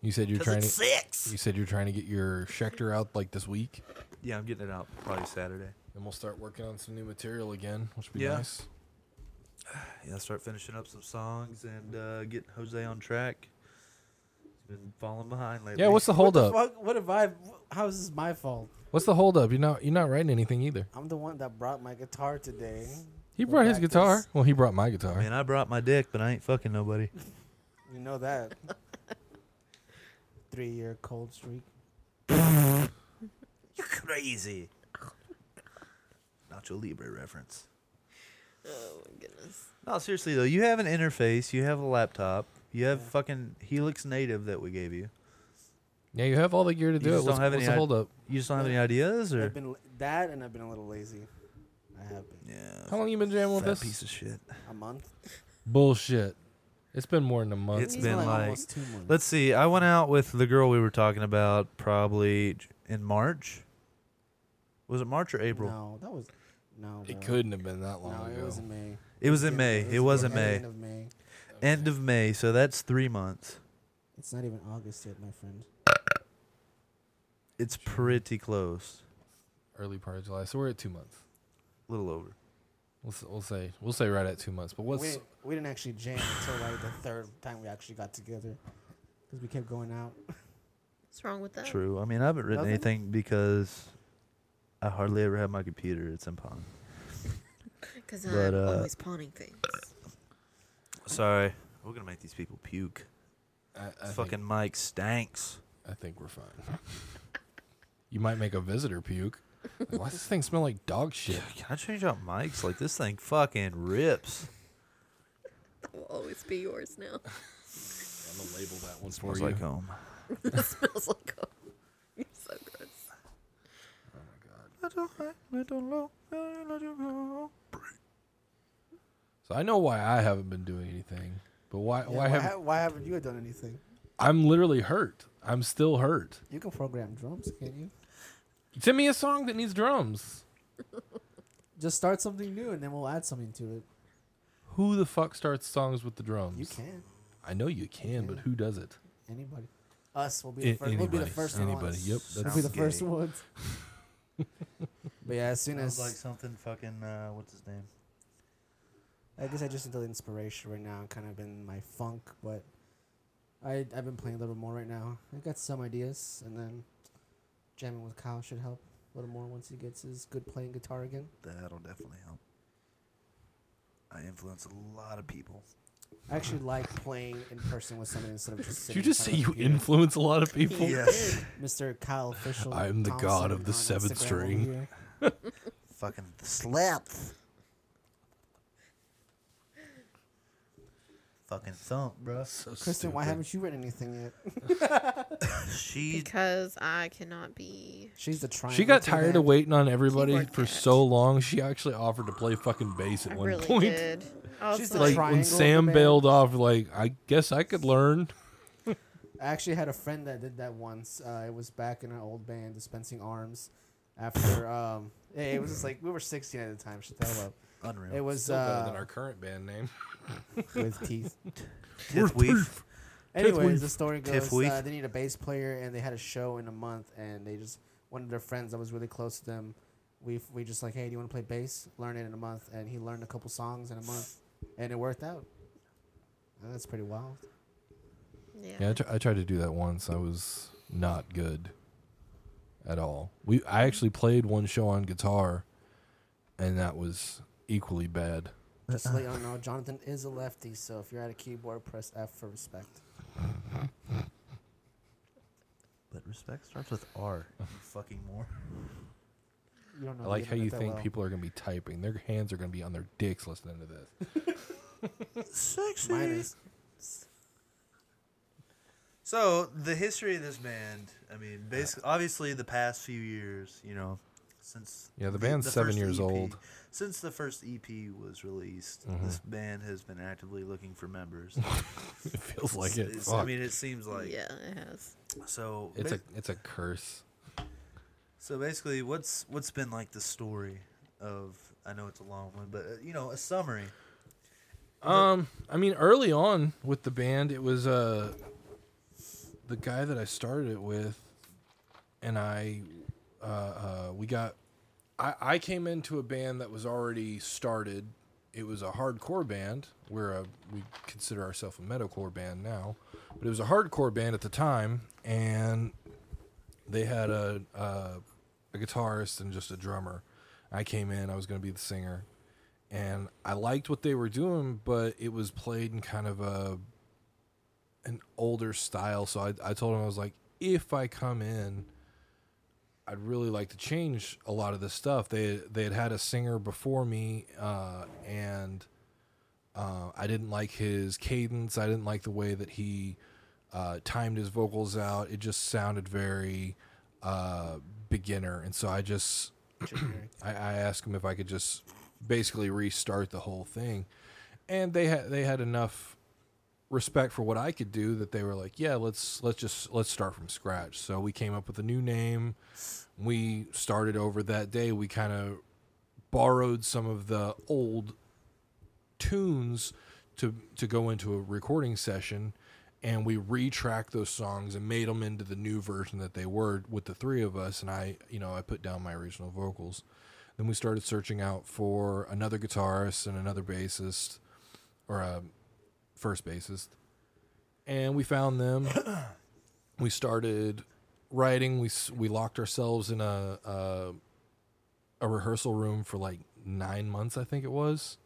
You said you're
'Cause
trying
it's
to.
six.
You said you're trying to get your Schecter out like this week.
Yeah, I'm getting it out probably Saturday.
Then we'll start working on some new material again, which would be
Yeah.
nice.
Yeah, start finishing up some songs and uh, getting Jose on track. He's been falling behind lately.
Yeah, what's the
What the
holdup?
fuck? What if I? How is this my fault?
What's the holdup? You're not you're not writing anything either.
I'm the one that brought my guitar today.
He
for
brought his
practice.
guitar. Well, he brought my guitar.
I mean, I brought my dick, but I ain't fucking nobody.
You know that. Three year cold streak.
You're crazy. Nacho Libre reference.
Oh my goodness.
No, seriously though, you have an interface, you have a laptop, you have fucking Helix Native that we gave you.
yeah, you have all the gear to
You
do it.
just
What's,
don't have
what's
any
the
i-
holdup?
You just don't have any ideas, or
I've been that, and I've been a little lazy. I have been
yeah,
How long you been jamming with
fat
this?
piece of shit.
a month.
Bullshit. It's been more than a month.
It's been like-
almost two months.
Let's see. I went out with the girl we were talking about probably j- in March. Was it March or April?
No, that was no.
it
bro.
couldn't have been that long
No,
ago.
it was in May.
It was in May. It was in
the
May.
End of May.
End of May, so that's three months.
It's not even August yet, my friend.
It's pretty close.
early part of July. So we're at two months.
A little over.
We'll, s- we'll say we'll say right at two months. But
we,
what's
didn't- we didn't actually jam until like the third time we actually got together because we kept going out.
What's wrong with that?
True. I mean, I haven't written
Nothing?
anything because I hardly ever have my computer. It's in pawn.
Because
But,
I'm
uh,
always pawning things.
Sorry. We're going to make these people puke.
I, I
Fucking
Think,
Mike stanks.
I think we're fine. you might make a visitor puke. Like, Why does this thing smell like dog shit?
Can I change out mics? Like, this thing fucking rips.
That will always be yours now.
I'm gonna label that one for
Smells
you.
like home.
it smells like home. You're so gross.
so I know why I haven't been doing anything, but why
Yeah,
why haven't
ha- why haven't you done anything?
I'm literally hurt. I'm still hurt.
You can program drums, can't you?
Send me a song that needs drums.
Just start something new and then we'll add something to it.
Who the fuck starts songs with the drums?
You can.
I know you can, but who does it?
Anybody. Us will be
A-
the first. We'll be the
anybody.
first
Anybody.
ones.
Yep.
We'll
That's,
be the
Sounds
first
gay.
ones. but yeah, as soon as
something fucking, uh, what's his name?
I guess I just need the inspiration right now. I'm kind of been my funk, but I I've been playing a little bit more right now. I got some ideas, and then jamming with Kyle should help a little more once he gets his good playing guitar again.
That'll definitely help. I influence a lot of people.
I actually like playing in person with somebody instead of just.
did you
Sitting in
just say
front of a
you
computer.
influence a lot of people?
Yes.
Mr. Kyle Official?
I'm the god of the
on
seventh
Instagram over
string.
here.
fucking slap. Fucking thump, bro.
So
Kristen, why
stupid.
haven't you written anything yet?
She
Because I cannot be.
She's the triangle.
She got
to
tired
that.
of waiting on everybody
Keyboard
for
cat.
so long. She actually offered to play fucking bass at
I
one
really
point.
did. I was
She's the
like,
Like
Triangle
when
of the
Sam
band.
bailed off, like I guess I could learn.
I actually had a friend that did that once. Uh, it was back in our old band, Dispensing Arms. After um, it, it was just like we were 16 at the time. Shut the hell up.
unreal.
It was
better than
uh,
our current band name.
with teeth.
Tiff Weef.
Anyways, the story
Tiff
goes
week.
uh, they need a bass player, and they had a show in a month, and they just one of their friends that was really close to them we we just like, hey, do you want to play bass? Learn it in a month, and he learned a couple songs in a month, and it worked out. And that's pretty wild.
Yeah.
Yeah, I, tr- I tried to do that once. I was not good at all. We I actually played one show on guitar, and that was equally bad.
Just to let y'all know, Jonathan is a lefty, so if you're at a keyboard, press F for respect.
But respect starts with R. you fucking more.
You don't know.
I
the
like how
internet
you
that
think
well.
people are gonna be typing. Their hands are gonna be on their dicks listening to this.
Sexy.
Mine is.
So the history of this band, I mean, basically, obviously, the past few years, you know, since
Yeah, the band's seven
first
years
EP
old.
Since the first EP was released,
Mhm.
this band has been actively looking for members.
it feels like
It's-
it.
it's- I
Fuck.
mean, it seems like
yeah, it has.
So
it's a
basi-
it's a curse.
so basically, what's what's been like the story of? I know it's a long one, but uh, you know, a summary.
Um, I mean, early on with the band, it was uh, the guy that I started it with, and I, uh, uh we got, I, I came into a band that was already started. It was a hardcore band. We're a we consider ourselves a metalcore band now, but it was a hardcore band at the time, and they had a a, a guitarist and just a drummer. I came in. I was going to be the singer and I liked what they were doing, but it was played in kind of a an older style. So I, I told him I was like, if I come in, I'd really like to change a lot of this stuff. They they had had a singer before me, uh, and uh, I didn't like his cadence. I didn't like the way that he uh, timed his vocals out. It just sounded very uh, beginner, and so I just I, I asked him if I could just basically restart the whole thing, and they had they had enough respect for what I could do that they were like, yeah, let's let's just let's start from scratch. So we came up with a new name. We started over that day. We kind of borrowed some of the old tunes to to go into a recording session and we retracked those songs and made them into the new version that they were with the three of us and I you know I put down my original vocals then we started searching out for another guitarist and another bassist or a first bassist and we found them we started writing we s- we locked ourselves in a a, a rehearsal room for like 9 months I think it was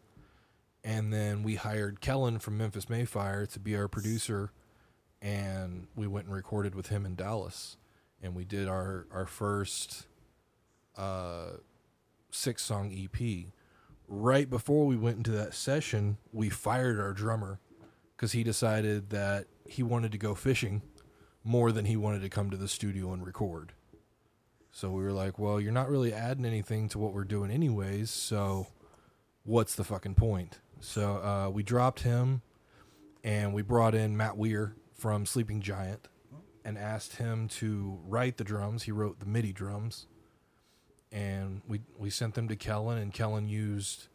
and then we hired Kellen from Memphis Mayfire to be our producer, and we went and recorded with him in Dallas, and we did our our first uh, six song EP. Right before we went into that session, we fired our drummer because he decided that he wanted to go fishing more than he wanted to come to the studio and record. So we were like, "Well, you're not really adding anything to what we're doing, anyways." So what's the fucking point? So uh, we dropped him and we brought in Matt Weir from Sleeping Giant and asked him to write the drums. He wrote the MIDI drums. And we, we sent them to Kellen, and Kellen used,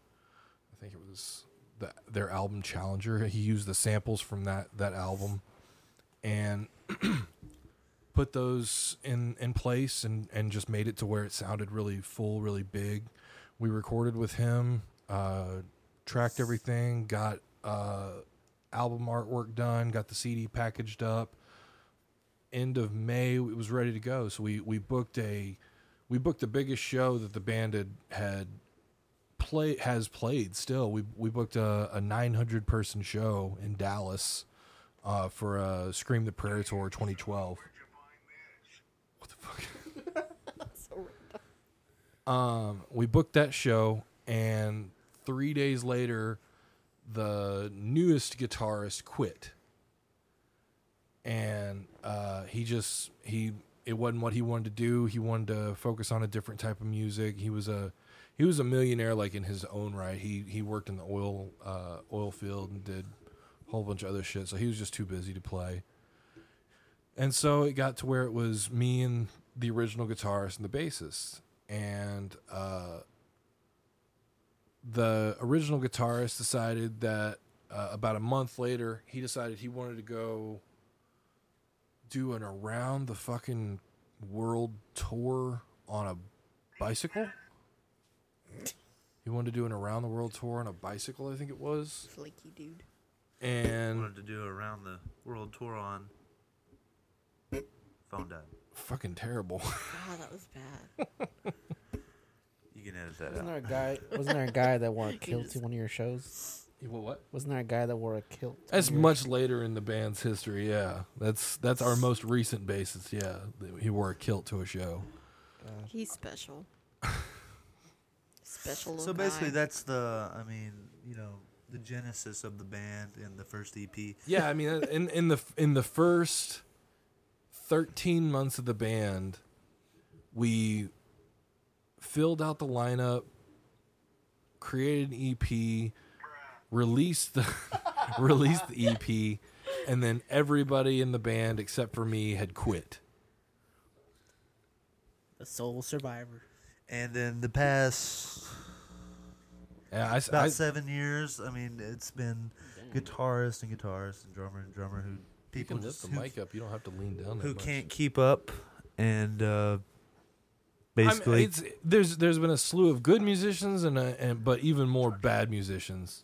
I think it was the, their album Challenger. He used the samples from that, that album and put those in, in place and, and just made it to where it sounded really full, really big we recorded with him, uh, tracked everything, got uh, album artwork done, got the CD packaged up. End of May, it was ready to go. So we we booked a we booked the biggest show that the band had had play has played. Still, we we booked a, a 900 person show in Dallas uh, for a Scream the Prayer tour 2012. What the fuck?
So random.
Um, we booked that show, and three days later, the newest guitarist quit, and uh, he just he it wasn't what he wanted to do. He wanted to focus on a different type of music. He was a he was a millionaire, like in his own right. He he worked in the oil uh, oil field and did a whole bunch of other shit. So he was just too busy to play. And so it got to where it was me and the original guitarist and the bassist. And uh, the original guitarist decided that uh, about a month later, he decided he wanted to go do an around the fucking world tour on a bicycle. He wanted to do an around the world tour on a bicycle, I think it was.
Flaky dude.
And
wanted to do around the world tour on. Phone died.
fucking terrible.
God, that was bad.
You can edit that
Wasn't there
out.
a guy? Wasn't there a guy that wore a kilt
just-
to one of your shows?
what, what?
Wasn't there a guy that wore a kilt? to
That's
one of your-
much later in the band's history, yeah. That's that's our most recent basis, yeah. that He wore a kilt to a show.
God.
He's special. special.
So
little
basically,
guy.
that's the. I mean, you know, the genesis of the band and the first E EP.
Yeah, I mean, uh, in in the in the first thirteen months of the band, we filled out the lineup, created an EP, released the released the EP, and then everybody in the band except for me had quit.
A sole survivor.
And then the past
And I, s-
about
I-
seven years. I mean, it's been guitarist and guitarist and drummer and drummer who
you
people
can lift
just
the
who,
mic up. You don't have to lean down. That
who
much.
can't keep up and uh,
I'm-
basically
it's, there's there's been a slew of good musicians and a, and but even more bad musicians.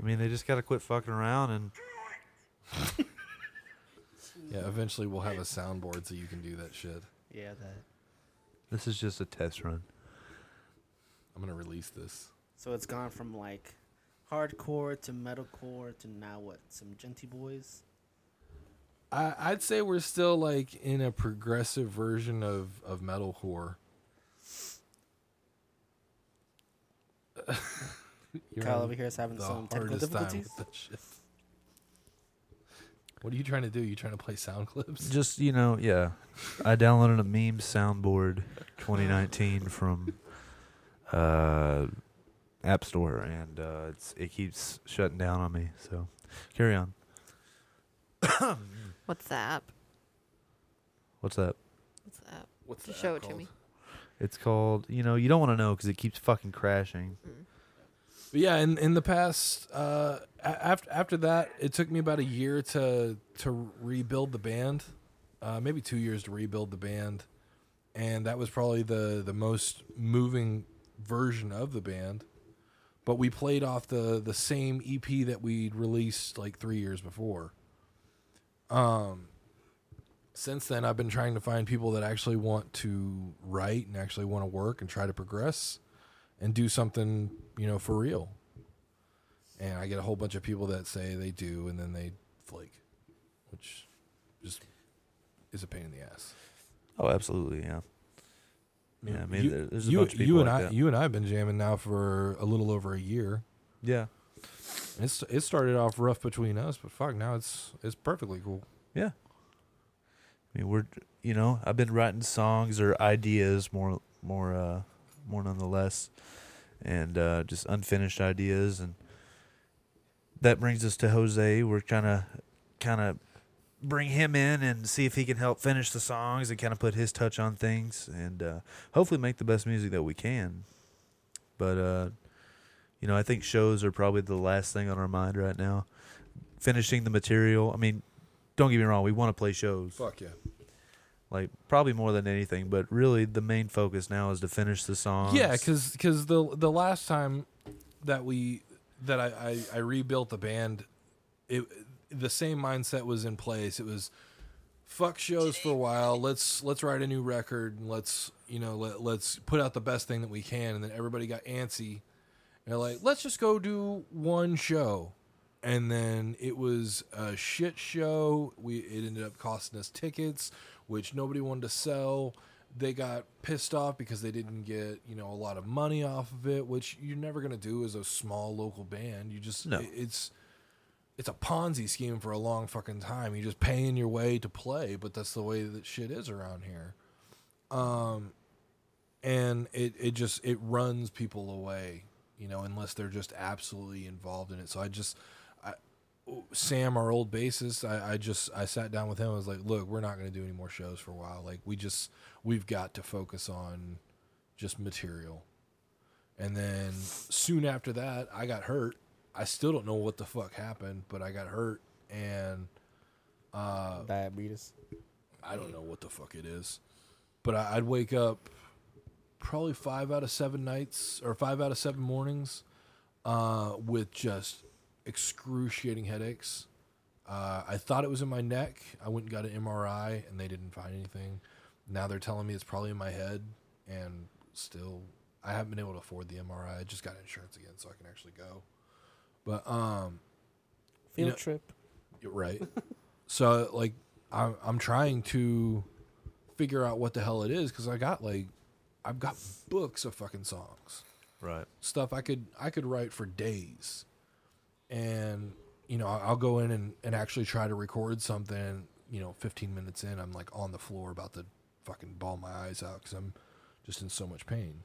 I mean, they just got to quit fucking around and
Yeah, eventually we'll have a soundboard so you can do that shit.
Yeah, that.
this is just a test run.
I'm gonna release this.
So it's gone from like hardcore to metalcore to now what? Some genty boys.
I, I'd say we're still like in a progressive version of of metalcore. You're
Kyle
having
over here is having
the
some technical
hardest time
difficulties.
with that shit. What are you trying to do? You trying to play sound clips?
Just, you know, yeah. I downloaded a meme soundboard 2019 from uh App Store and uh it's it keeps shutting down on me. So, carry on.
What's the app?
What's that?
What's the app?
What's
Just show it to me.
It's called, you know, you don't want to know cuz it keeps fucking crashing.
But yeah, in in the past, uh, after after that, it took me about a year to to rebuild the band, uh, maybe two years to rebuild the band, and that was probably the the most moving version of the band. But we played off the the same EP that we'd released like three years before. Um, since then, I've been trying to find people that actually want to write and actually want to work and try to progress and do something, you know, for real. And I get a whole bunch of people that say they do and then they flake, which just is a pain in the ass.
Oh, absolutely, yeah. Yeah, I mean,
you,
there- there's a
you,
bunch of
you
people
and
like
I,
that.
you and I have been jamming now for a little over a year.
Yeah.
And It's it started off rough between us, but fuck, now it's it's perfectly cool.
Yeah. I mean, we're you know, I've been writing songs or ideas more more uh more nonetheless and uh just unfinished ideas and that brings us to Jose. We're trying to kind of bring him in and see if he can help finish the songs and kind of put his touch on things and uh hopefully make the best music that we can. But uh you know, I think shows are probably the last thing on our mind right now. Finishing the material. I mean, don't get me wrong, we want to play shows.
Fuck yeah.
Like probably more than anything, but really the main focus now is to finish the songs.
Yeah, because the the last time that we that I, I, I rebuilt the band, it the same mindset was in place. It was fuck shows for a while. Let's let's write a new record. And let's you know let let's put out the best thing that we can. And then everybody got antsy. And they're like, let's just go do one show. And then it was a shit show. We it ended up costing us tickets, which nobody wanted to sell. They got pissed off because they didn't get you know a lot of money off of it, which you're never gonna do as a small local band. You just
No.
it- it's it's a Ponzi scheme for a long fucking time. You're just paying your way to play, but that's the way that shit is around here. Um, and it it just it runs people away, you know, unless they're just absolutely involved in it. So I just, I, Sam, our old bassist, I, I just I sat down with him. I was like, look, we're not going to do any more shows for a while. Like we just we've got to focus on just material. And then soon after that, I got hurt. I still don't know what the fuck happened, but I got hurt and
Diabetes.
I don't know what the fuck it is. But I, I'd wake up probably five out of seven nights or five out of seven mornings uh, with just excruciating headaches. Uh, I thought it was in my neck. I went and got an MRI, and they didn't find anything. Now they're telling me it's probably in my head, and still, I haven't been able to afford the MRI. I just got insurance again, so I can actually go. But um,
Field
know-
trip.
you're right. so like I'm I'm trying to figure out what the hell it is because I got like I've got books of fucking songs
Right.
stuff I could I could write for days, and you know I- I'll go in and, and actually try to record something. You know, 15 minutes in, I'm like on the floor about to fucking ball my eyes out because I'm just in so much pain.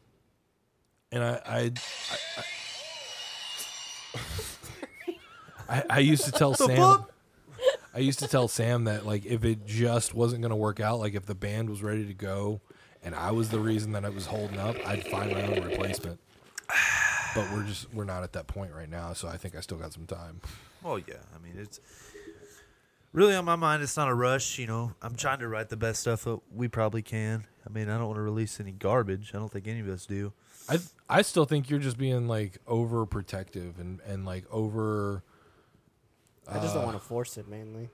And I I I, I, I used to tell Sam. I used to tell Sam that like if it just wasn't gonna work out, like if the band was ready to go, and I was the reason that it was holding up, I'd find my own replacement but we're just we're not at that point right now so i think i still got some time
Well, yeah. I mean, it's really on my mind. It's not a rush. You know, I'm trying to write the best stuff that we probably can. I mean, I don't want to release any garbage. I don't think any of us do.
i i still think you're just being like overprotective and and like over
I just
uh,
don't want to force it mainly.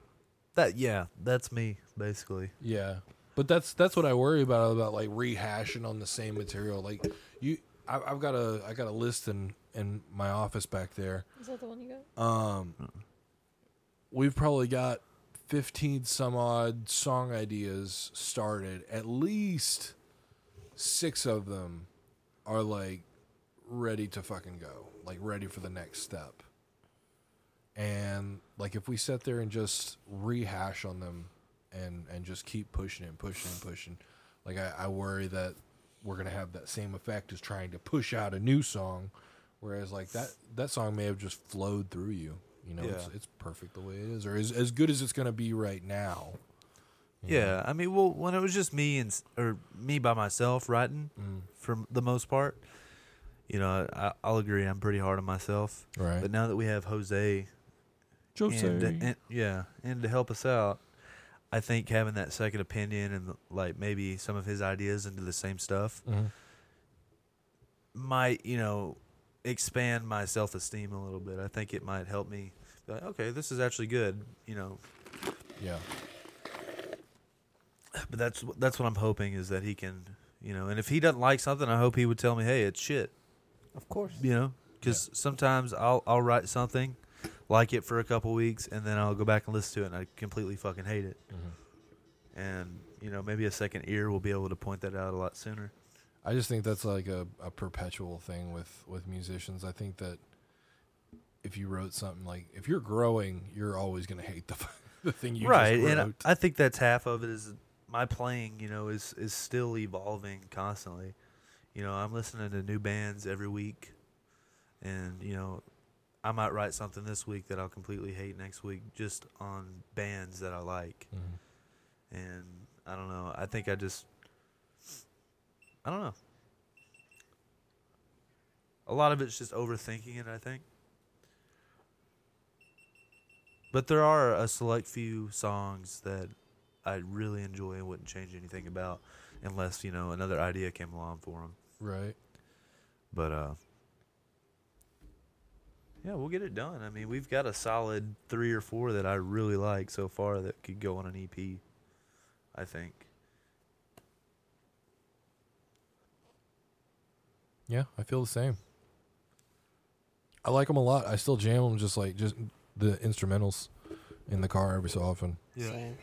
That yeah, that's me basically.
yeah but that's that's what i worry about about like rehashing on the same material like you I, i've got a i got a list in in my office back there Um,
Is that the one you got?
we've probably got 15 some odd song ideas started. At least six of them are like ready to fucking go, like ready for the next step. And like if we sit there and just rehash on them and and just keep pushing and pushing and pushing, like I, I worry that we're gonna have that same effect as trying to push out a new song. Whereas like that that song may have just flowed through you. You know, it's,
Yeah.
it's perfect the way it is, or is as good as it's gonna be right now.
Yeah, I mean, well, when it was just me and s- or me by myself writing,
Mm.
for the most part, you know, I, I'll agree. I'm pretty hard on myself.
Right.
But now that we have Jose, and, uh, and- yeah, and to help us out, I think having that second opinion and like maybe some of his ideas into the same stuff
Mhm.
might, you know, expand my self esteem a little bit. I think it might help me. Be like, okay, this is actually good, you know.
Yeah.
But that's that's what I'm hoping is that he can, you know. And if he doesn't like something, I hope he would tell me, hey, it's shit.
Of course.
you know because sometimes i'll i'll write something like it for a couple weeks and then i'll go back and listen to it and i completely fucking hate it
Mm-hmm.
and you know maybe a second ear will be able to point that out a lot sooner
I just think that's like a, a perpetual thing with with musicians. I think that if you wrote something like if you're growing, you're always gonna hate the the thing you
right
Just wrote.
and I- i think that's half of it is my playing you know is is still evolving constantly you know i'm listening to new bands every week and you know i might write something this week that i'll completely hate next week just on bands that i like
Mhm.
and I don't know. I think I just, I don't know. A lot of it's just overthinking it. I think, but there are a select few songs that I really enjoy and wouldn't change anything about, unless you know another idea came along for them.
right.
But uh, yeah, we'll get it done. I mean, we've got a solid three or four that I really like so far that could go on an EP. I think.
Yeah, I feel the same. I like them a lot. I still jam them just like just the instrumentals in the car every so often.
Same.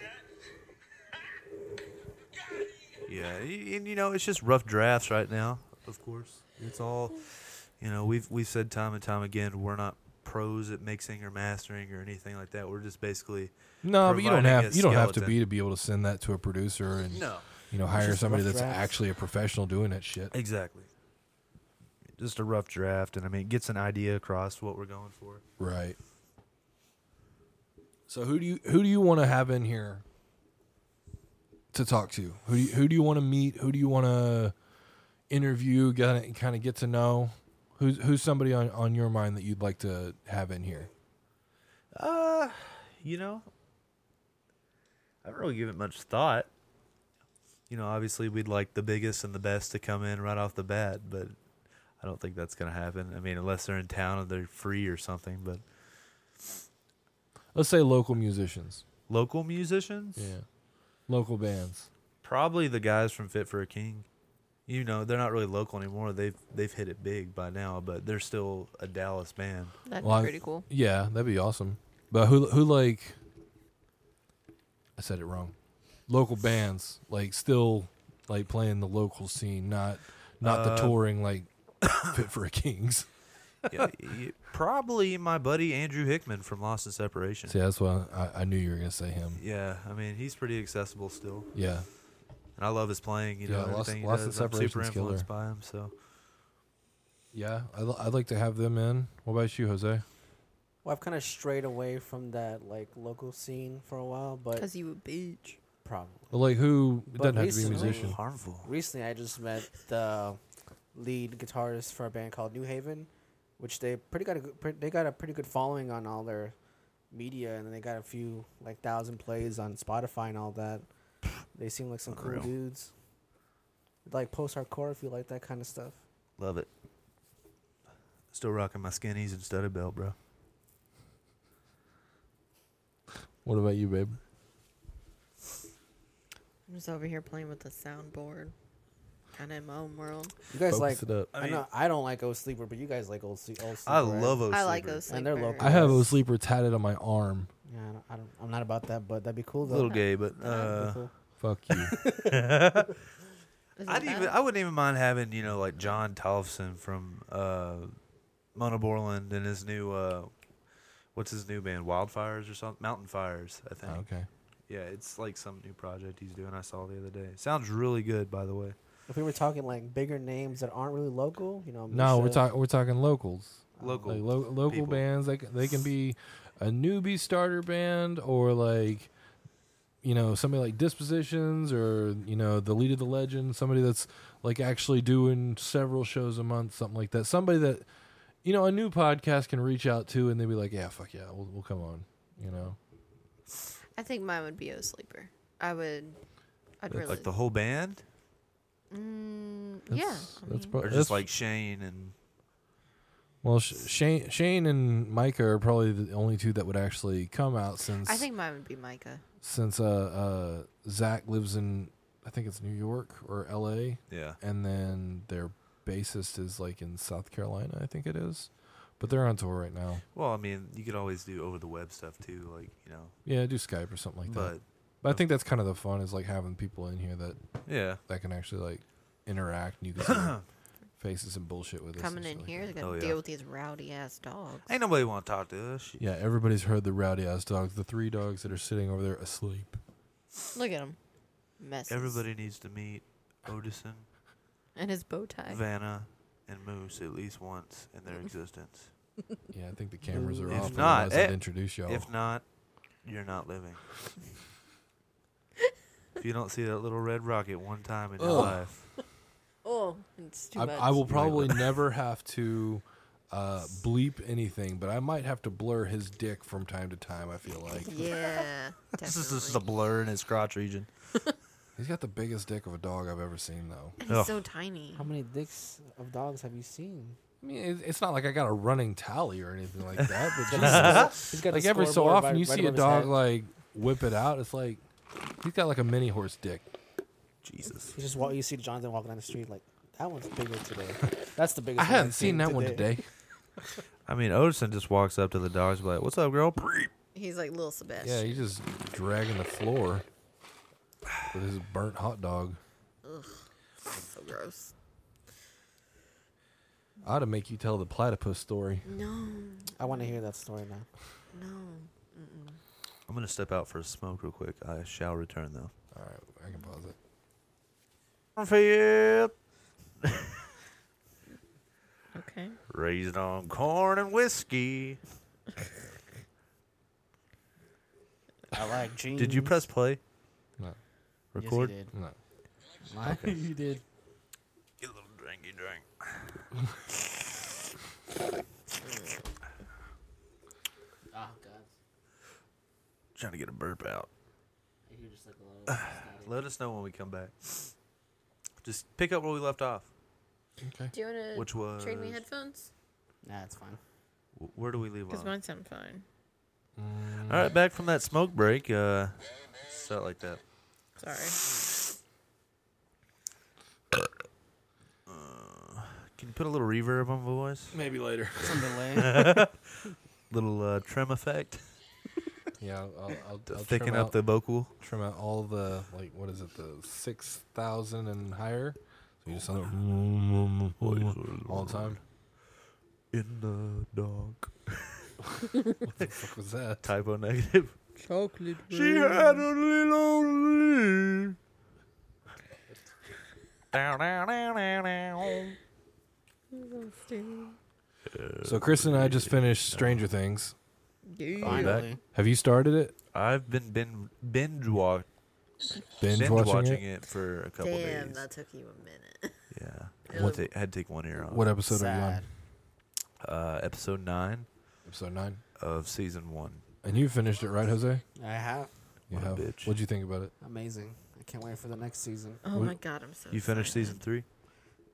Yeah, y- and you know it's just rough drafts right now. Of course, it's all, you know, we've we've said time and time again we're not pros at mixing or mastering or anything like that. We're just basically
No, but you don't
Providing a
have you don't have to
skeleton.
be to be able to send that to a producer and
no,
you know hire
just
somebody
rough
that's
drafts.
actually a professional doing that shit.
exactly. Just a rough draft, and I mean, it gets an idea across what we're going for.
Right. So who do you who do you want to have in here to talk to? Who do you, who do you want to meet? Who do you want to interview? Kind of kind of get to know. Who's who's somebody on on your mind that you'd like to have in here?
Uh, you know, I don't really give it much thought. you know, obviously we'd like the biggest and the best to come in right off the bat, but I don't think that's going to happen. I mean, unless they're in town and they're free or something, but
Let's say local musicians.
local musicians?
Yeah. Local bands.
Probably the guys from Fit for a King. You know, they're not really local anymore. They've they've hit it big by now, but they're still a Dallas band.
That'd
Well, I-
be pretty cool.
Yeah, that'd be awesome. But who who like I said it wrong. Local bands like still like playing the local scene, not not the
Uh,
touring like Fit for a Kings.
yeah, y- probably my buddy Andrew Hickman from Lost in Separation.
See, that's why I, I knew you were gonna say him.
Yeah, I mean he's pretty accessible still,
Yeah.
and I love his playing. You know,
Yeah, Lost-
everything
Lost
he
in
does, I'm super
Separation's killer.
influenced by him. So
Yeah, I'd, li- I'd like to have them in. What about you, Jose?
Well, I've kind of strayed away from that like local scene for a while, but
Because you a bitch.
probably
Well, like who? It
But
doesn't have to be a
recently-
musician.
harmful.
recently I just met the lead guitarist for a band called New Haven, which they pretty got a good, pre- they got a pretty good following on all their media, and they got a few like thousand plays on Spotify and all that. They seem like some cool
Unreal.
dudes. Like post hardcore, if you like that kind of stuff.
Love it. Still rocking my skinnies and studded belt, bro.
What about you, babe?
I'm just over here playing with the soundboard. Kind of in my own world.
You guys
Focus
like.
it up.
I,
I mean,
know I don't like Old Sleeper, but you guys like Old, Sle- old Sleeper.
I
right?
love O
I like
Sleeper.
those.
And they're local.
I have a sleeper tatted on my arm.
Yeah, I don't, I don't, I'm not about that, but that'd be cool
A
though.
little gay, but
That'd be
uh,
cool.
Fuck you.
Is it
I'd even
bad?
I wouldn't even mind having you know like John Tolfson from uh, Mona Borland and his new uh, what's his new band Wildfires or something Mountain Fires I think.
Oh, okay.
Yeah, it's like some new project he's doing. I saw the other day. Sounds really good, by the way.
If we were talking like bigger names that aren't really local, you know.
No, we're
Misha,
talking we're talking locals.
Local.
Like lo- local
people.
bands. Like they can be a newbie starter band or like you know somebody like Dispositions or you know the lead of the legend. Somebody that's like actually doing several shows a month, something like that. Somebody that you know a new podcast can reach out to and they'd be like, yeah, fuck yeah, we'll, we'll come on. You know,
I think mine would be O Sleeper. I would. I'd really.
Like the whole band,
Mm,
that's,
yeah. I
that's
mean,
pro-
or
that's-
just like Shane and
Well, Sh- Shane, Shane and Micah are probably the only two that would actually come out since
I think mine would be Micah.
since uh, uh, Zach lives in I think it's New York or L.A.
yeah.
and then their bassist is like in South Carolina, I think it is, but they're on tour right now.
Well, I mean, you could always do over the web stuff too, like you know.
Yeah, do Skype or something like that.
but
but I think that's kind of the fun is like having people in here that
yeah,
that can actually like interact and you can see their faces and bullshit with us and
Coming
shit
in
like
here,
that.
they're gonna
Oh, yeah.
deal with these rowdy ass dogs.
ain't nobody want to talk to us. Shit.
Yeah, everybody's heard the rowdy ass dogs, the three dogs that are sitting over there asleep.
Look at him, mess.
Everybody needs to meet Odison,
and his bow tie.
Vanna, and Moose at least once in their existence.
Yeah, I think the cameras are
If
off.
not,
otherwise I'd
eh,
introduce y'all.
If not, you're not living. if you don't see that little red rocket one time in your
Ugh.
life,
Oh, it's too
I,
much.
I will probably never have to uh, bleep anything, but I might have to blur his dick from time to time. I feel like
Yeah,
this is, this is a
definitely.
blur in his crotch region.
he's got the biggest dick of a dog I've ever seen, though.
And he's
Ugh.
so tiny.
How many dicks of dogs have you seen?
I mean, it, it's not like I got a running tally or anything like that, but Jesus.
He's got a
like every so
scoreboard
often
right-
you
right
see a
above his
dog
head.
like whip it out. It's like he's got like a mini horse dick.
Jesus.
You just walk. You see Jonathan walking down the street like that one's bigger today. That's the biggest.
I
one I've
haven't seen that one today.
I mean, Odison just walks up to the dogs, like, "What's up, girl?"
He's like little Sebastian.
Yeah, he's just dragging the floor with his burnt hot dog.
so gross.
I ought to make you tell the platypus story.
No,
I want to hear that story now.
no.
I'm gonna step out for a smoke real quick. I shall return though.
All right, I can pause it.
Philip,
Okay.
raised on corn and whiskey.
I like jeans.
Did you press play?
No,
Record.
Yes,
no.
he did. you did.
Get a little drinky drink.
Oh God. Ah,
Trying to get a burp out.
I hear just like a lot of static.
Let us know when we come back. Just pick up where we left off,
Okay.
Do you want
which was
to trade me headphones?
Nah, it's fine.
wh- Where do we leave
Because
off?
mine's on phone.
Mm,
All right, back from that smoke break. Uh, start like that.
Sorry.
Can you put a little reverb on the voice?
Maybe later.
Some delay.
Little uh, trim effect
Yeah, I'll, I'll, I'll,
to
I'll
thicken
trim
up
out,
the vocal.
trim out all the like what is it the six thousand and higher. So you just sound
Oh,
like all the time.
In the dark.
What the fuck was that?
Typo negative.
Chocolate.
She had a little lean. Down, down, down, down, down.
So Chris and I just finished Stranger Things.
Finally.
Have you started it?
I've been bin, binge, wa-
Binge, watching, it?
for a couple
Damn,
days.
that took you a minute.
yeah,
Really?
one ta- had to take one ear off.
What episode are you on?
Sad.
Uh, episode nine
Episode nine.
of season one.
And you finished it, right, Jose?
I have.
You
What a
have.
bitch.
What'd you think about it?
Amazing. I can't wait for the next season.
Oh
We-
my god, I'm so
You finished
excited.
season three.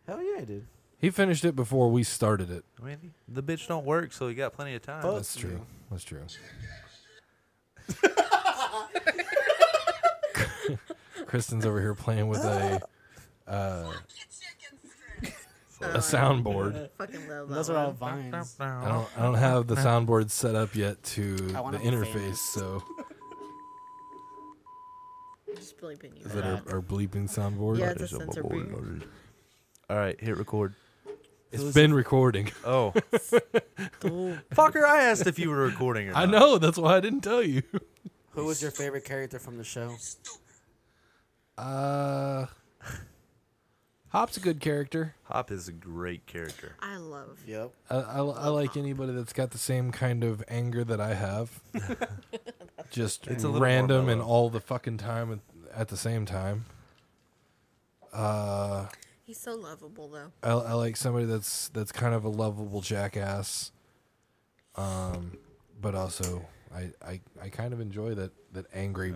Hell yeah, I did.
He finished it before we started it.
I mean, the bitch don't work, so you got plenty of time.
Fuck.
That's true.
you.
That's true. Kristen's over here playing with a uh, a soundboard.
Fucking love that
Those are all
one.
vines.
I don't I don't have the soundboard set up yet to the
I wanna be
interface,
famous.
so
Just bleeping you.
is it
out.
our, our bleeping soundboard?
Yeah, it's a sensor board.
All right, hit record.
It's been recording.
Oh, fucker! I asked if you were recording or not.
I know, that's why I didn't tell you.
Who was your favorite character from the show?
Uh Hop's a good character.
Hop is a great character.
I love.
Yep.
I, I, I like anybody that's got the same kind of anger that I have. Just
It's a little more
random and
mellow.
all the fucking time at, at the same time. Uh,
He's so lovable though.
I, I like somebody that's that's kind of a lovable jackass. Um, but also I, I, I kind of enjoy that that angry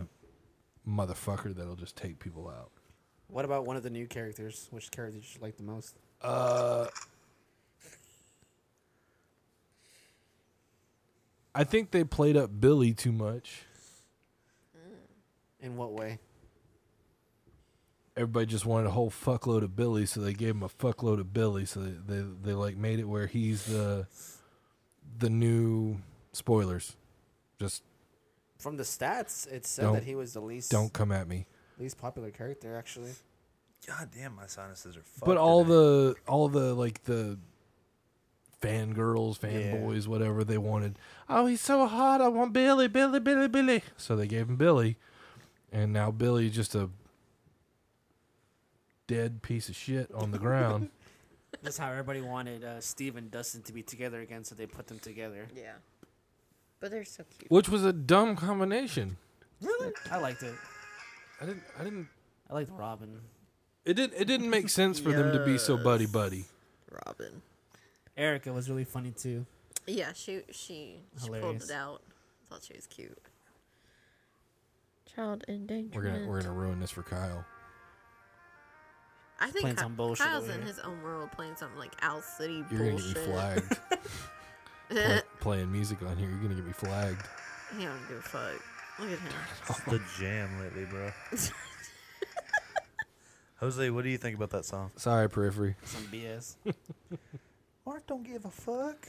motherfucker that'll just take people out.
What about one of the new characters? Which character did you like the most?
Uh, I think they played up Billy too much.
In what way?
Everybody just wanted a whole fuckload of Billy, so they gave him a fuckload of Billy. So they, they, they like made it where he's the the new spoilers. Just
From the stats, it said
Don't-
that he was the least
don't come at me.
least popular character. Actually,
God damn, my sinuses are fucked.
but all
today.
the all the like the fangirls, fanboys, whatever they wanted. Oh, he's so hot! I want Billy, Billy, Billy, Billy. So they gave him Billy, and now Billy's just a dead piece of shit on the ground.
that's how everybody wanted uh, Steve and Dustin to be together again, so they put them together.
Yeah. But they're so cute.
Which was a dumb combination.
Really? I liked it.
I didn't. I didn't.
I liked Robin.
It didn't. It didn't make sense for them to be so buddy buddy.
Robin.
Erica was really funny too.
Yeah, she she, she pulled
Hilarious.
it out. Thought she was cute.
Child endangerment.
We're gonna we're gonna ruin this for Kyle.
I think
playing
Ky-
some bullshit
Kyle's
over
in
here.
his own world playing something like Owl City
You're gonna get me
bullshit.
flagged. Play- playing music on here, you're gonna get me flagged.
He don't give a fuck. Look at him.
It's the jam lately, bro. Jose, what do you think about that song?
Sorry, periphery.
Some BS.
Mark don't give a fuck.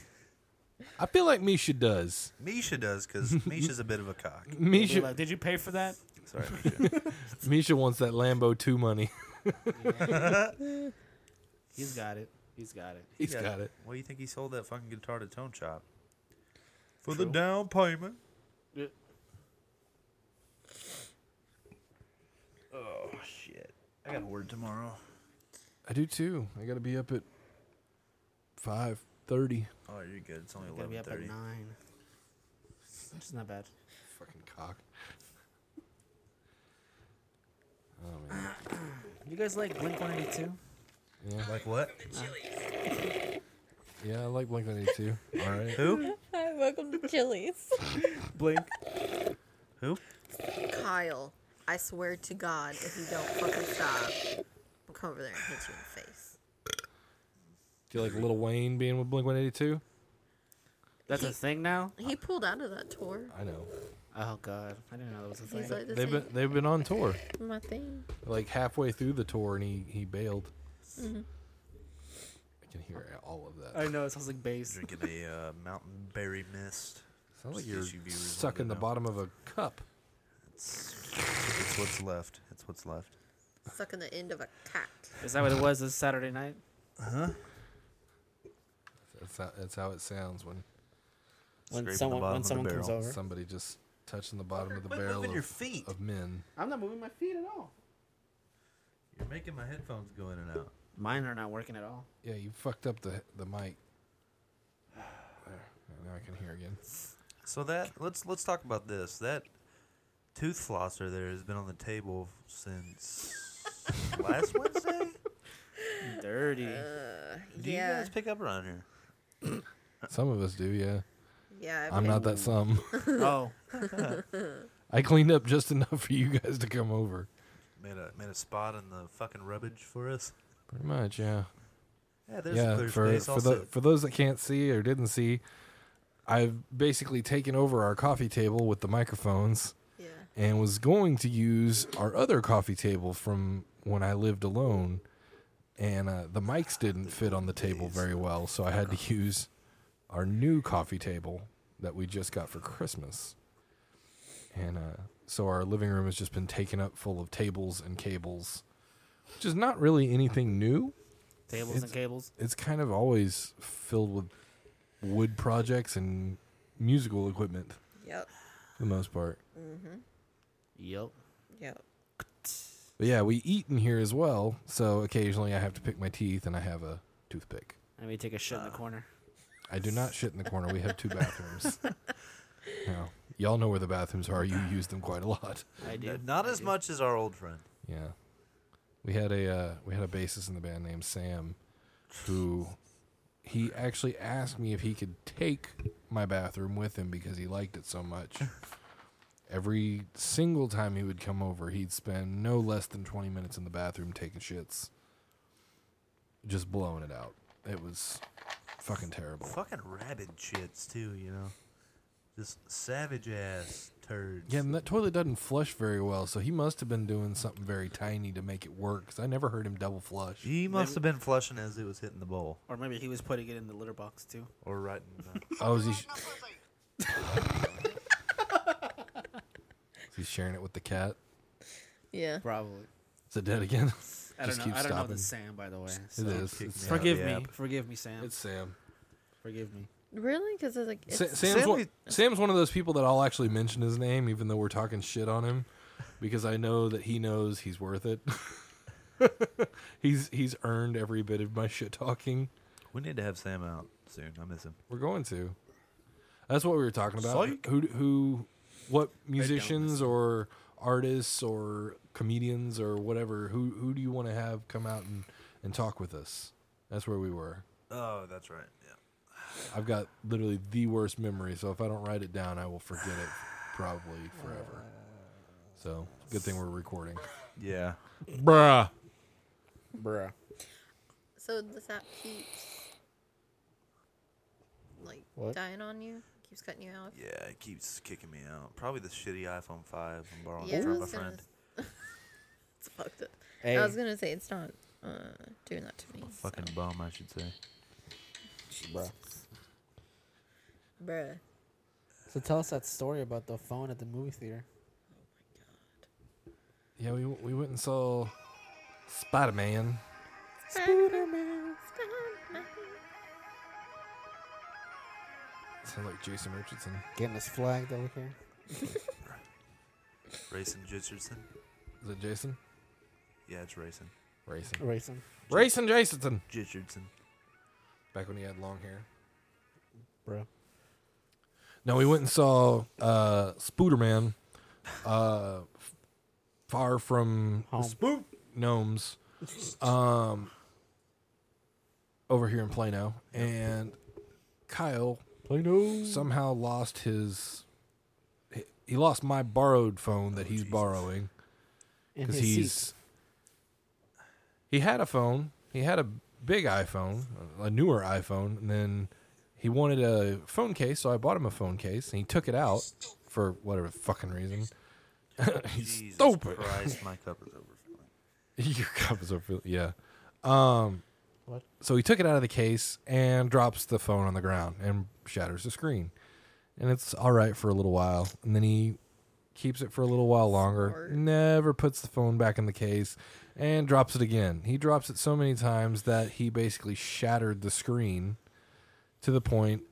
I feel like Misha does.
Misha does because Misha's a bit of a cock.
They'd be
Misha,
like, Did you pay for that?
Sorry, Misha.
Misha wants that Lambo two money.
He's got it. He's got it.
He's got it.
Well, you think he sold that fucking guitar to Tone Chop for the down payment? Oh shit! I got to word tomorrow.
I do too. I gotta be up at five thirty.
Oh, you're good. It's only
Gotta be
eleven
up at
thirty.
nine. Which is not bad.
Fucking cock. Oh man.
You guys like Blink 182?
Yeah,
Like what?
yeah. I like Blink One Eighty Two. All right.
Who?
Hi, welcome to Chili's.
Blink.
Who?
Kyle. I swear to God, if you don't fucking stop, I'll come over there and hit you in the face.
Do you like Little Wayne being with Blink 182?
That's a thing now.
He pulled out of that tour.
I know.
Oh god, I didn't know that was a
He's
thing.
like, this
They've been
ain't
they've been on tour.
my thing.
Like halfway through the tour, and he he bailed. I can hear all of that.
I know it sounds like bass.
Drinking a uh, mountain berry mist.
Sounds like
Just
you're
gives you viewers all
sucking the
they know.
bottom of a cup.
It's, it's what's left. It's what's left.
Sucking the end of a cat.
Is that what it was this Saturday night?
That's how, that's how it sounds when
When
Scraping the
someone
bottom
when
of the
someone comes
barrel.
over.
somebody just touching the bottom of the barrel of,
feet.
of men.
I'm not moving my feet at all.
You're making my headphones go in and out.
Mine are not working at all.
Yeah, you fucked up the the mic. There. Now I can hear again.
So that let's let's talk about this. That tooth flosser there has been on the table since last Wednesday.
Dirty.
Uh,
Do you
Uh, yeah.
guys pick up around here?
Some of us do, yeah.
yeah.
I'm not that some.
oh,
I cleaned up just enough for you guys to come over.
Made a made a spot in the fucking rubbish for us.
Pretty much, yeah.
Yeah, there's a
yeah,
clear
for
space.
for,
I'll
tho-
sit.
for those that can't see or didn't see, I've basically taken over our coffee table with the microphones
Yeah.
and was going to use our other coffee table from when I lived alone, and uh, the mics didn't fit on the table very well, so I had to use our new coffee table that we just got for Christmas, and uh, so our living room has just been taken up full of tables and cables, which is not really anything new
tables
It's-
and cables.
it's kind of always filled with wood projects and musical equipment
Yep.
for the most part.
Yep.
Yep.
But yeah, we eat in here as well, so occasionally I have to pick my teeth and I have a toothpick.
And we take a shit in the corner.
I do not shit in the corner. We have two bathrooms. now, y'all know where the bathrooms are. You use them quite a lot.
I do.
Not
I
as
do.
much as our old friend.
Yeah. We had a uh, we had a bassist in the band named Sam who he actually asked me if he could take my bathroom with him because he liked it so much. Every single time he would come over, he'd spend no less than 20 minutes in the bathroom taking shits. Just blowing it out. It was fucking terrible.
Fucking rabid shits too, you know. Just savage ass turds.
Yeah, and that toilet doesn't flush very well, so he must have been doing something very tiny to make it work cuz I never heard him double flush.
He must have been flushing as it was hitting the bowl,
Or maybe he was putting it in the litter box too.
or right in the
Oh, is he? Sh- is he sharing it with the cat?
Yeah.
Probably.
Is it dead again?
I don't
Just
know.
keep
I don't know
stopping.
the Sam, by the way. so-
It is.
kick
It's,
me out.
Forgive
Yeah,
me.
but-
Forgive me, Sam.
it's Sam.
Forgive me.
Really? Because it's like.
Sa-
it's-
Sam's,
Sam
one,
is-
Sam's one of those people that I'll actually mention his name, even though we're talking shit on him, because I know that he knows he's worth it. he's he's earned every bit of my shit talking.
We need to have Sam out soon. I miss him.
We're going to. That's what we were talking about.
Psych.
Who who what musicians or artists or comedians or whatever who who do you want to have come out and and talk with us? That's where we were.
Oh, that's right. Yeah.
I've got literally the worst memory, so if I don't write it down, I will forget it probably forever. So, good thing we're recording.
Yeah.
Bruh.
Bruh.
So this app keeps. Like
What?
dying on you, keeps cutting you out.
Yeah, it keeps kicking me out. Probably the shitty iPhone 5 I'm borrowing
Yeah, I
from a
was gonna
friend.
s- it's fucked up.
Hey,
I was gonna say it's not uh, doing that to me. so-
Fucking bum, I should say.
bruh.
Bruh.
So tell us that story about the phone at the movie theater.
Yeah, we we went and saw Spider Man.
Spider-Man, Spider-Man.
Sounds like Jason Richardson.
Getting us flagged over here.
Racing Jitcherson?
Is it Jason?
Yeah, it's Racing.
Racing.
Racing.
Racing Jason.
Jitcherson.
Back when he had long hair.
Bro.
No, we went and saw uh Spooderman uh f- far from the
Home.
spook gnomes um over here in Plano and Kyle Plano somehow lost his he- he lost my borrowed phone that he's borrowing
in
because
his
he's
seat.
he had a phone. He had a big iPhone, a newer iPhone, and then he wanted a phone case, so I bought him a phone case, and he took it out for whatever fucking reason. he's
Jesus
stupid.
Christ, my cup is overflowing.
Your cup is overfilled. Yeah. Um,
What?
So he took it out of the case and drops the phone on the ground and shatters the screen. And it's all right for a little while. And then he keeps it for a little while longer,
Smart.
never puts the phone back in the case, and drops it again. He drops it so many times that he basically shattered the screen to the point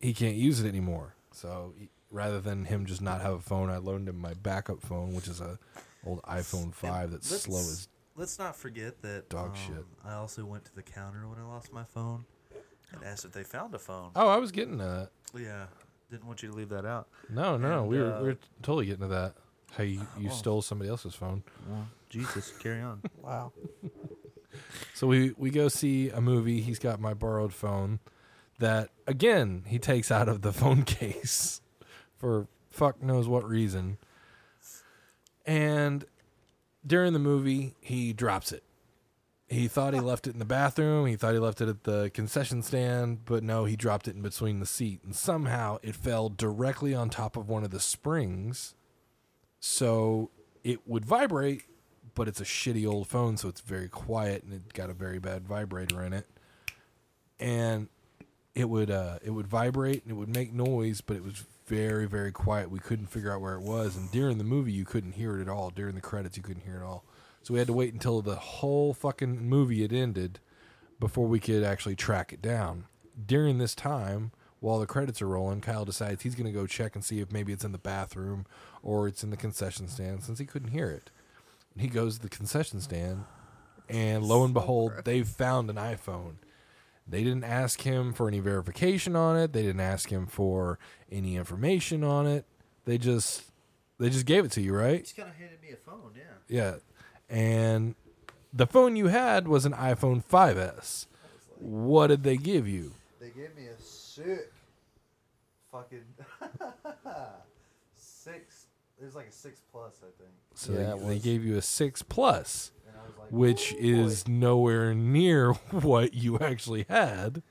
he can't use it anymore. So he- rather than him just not have a phone, I loaned him my backup phone, which is a old iPhone 5 that's
let's-
slow as
Let's not forget that
Dog
um,
shit.
I also went to the counter when I lost my phone and asked if they found a phone.
Oh, I was getting to that.
Yeah, didn't want you to leave that out.
No, no,
And,
we were
uh,
we were totally getting to that. How you, you
Oh.
stole somebody else's phone.
Well, Jesus, carry on.
Wow.
So we we go see a movie. He's got my borrowed phone that again he takes out of the phone case for fuck knows what reason. And during the movie, he drops it. He thought he left it in the bathroom. He thought he left it at the concession stand, but no, he dropped it in between the seat. And somehow it fell directly on top of one of the springs. So it would vibrate, but it's a shitty old phone, so it's very quiet and it got a very bad vibrator in it. And it would uh, it would vibrate and it would make noise, but it was very very quiet. We couldn't figure out where it was, and during the movie you couldn't hear it at all. During the credits you couldn't hear it at all, so we had to wait until the whole fucking movie had ended before we could actually track it down. During this time, while the credits are rolling, Kyle decides he's going to go check and see if maybe it's in the bathroom or it's in the concession stand since he couldn't hear it. And he goes to the concession stand, and lo and behold, they've found an iPhone. They didn't ask him for any verification on it. They didn't ask him for any information on it. They just they just gave it to you, right?
kind of handed me a phone, yeah.
Yeah. And the phone you had was an iPhone 5S. What did they give you?
They gave me a sick fucking six. It was like a six plus, I think.
So
Yeah, it
they, they
was.
gave you a 6 Plus,
And I was like,
which is nowhere near what you actually had,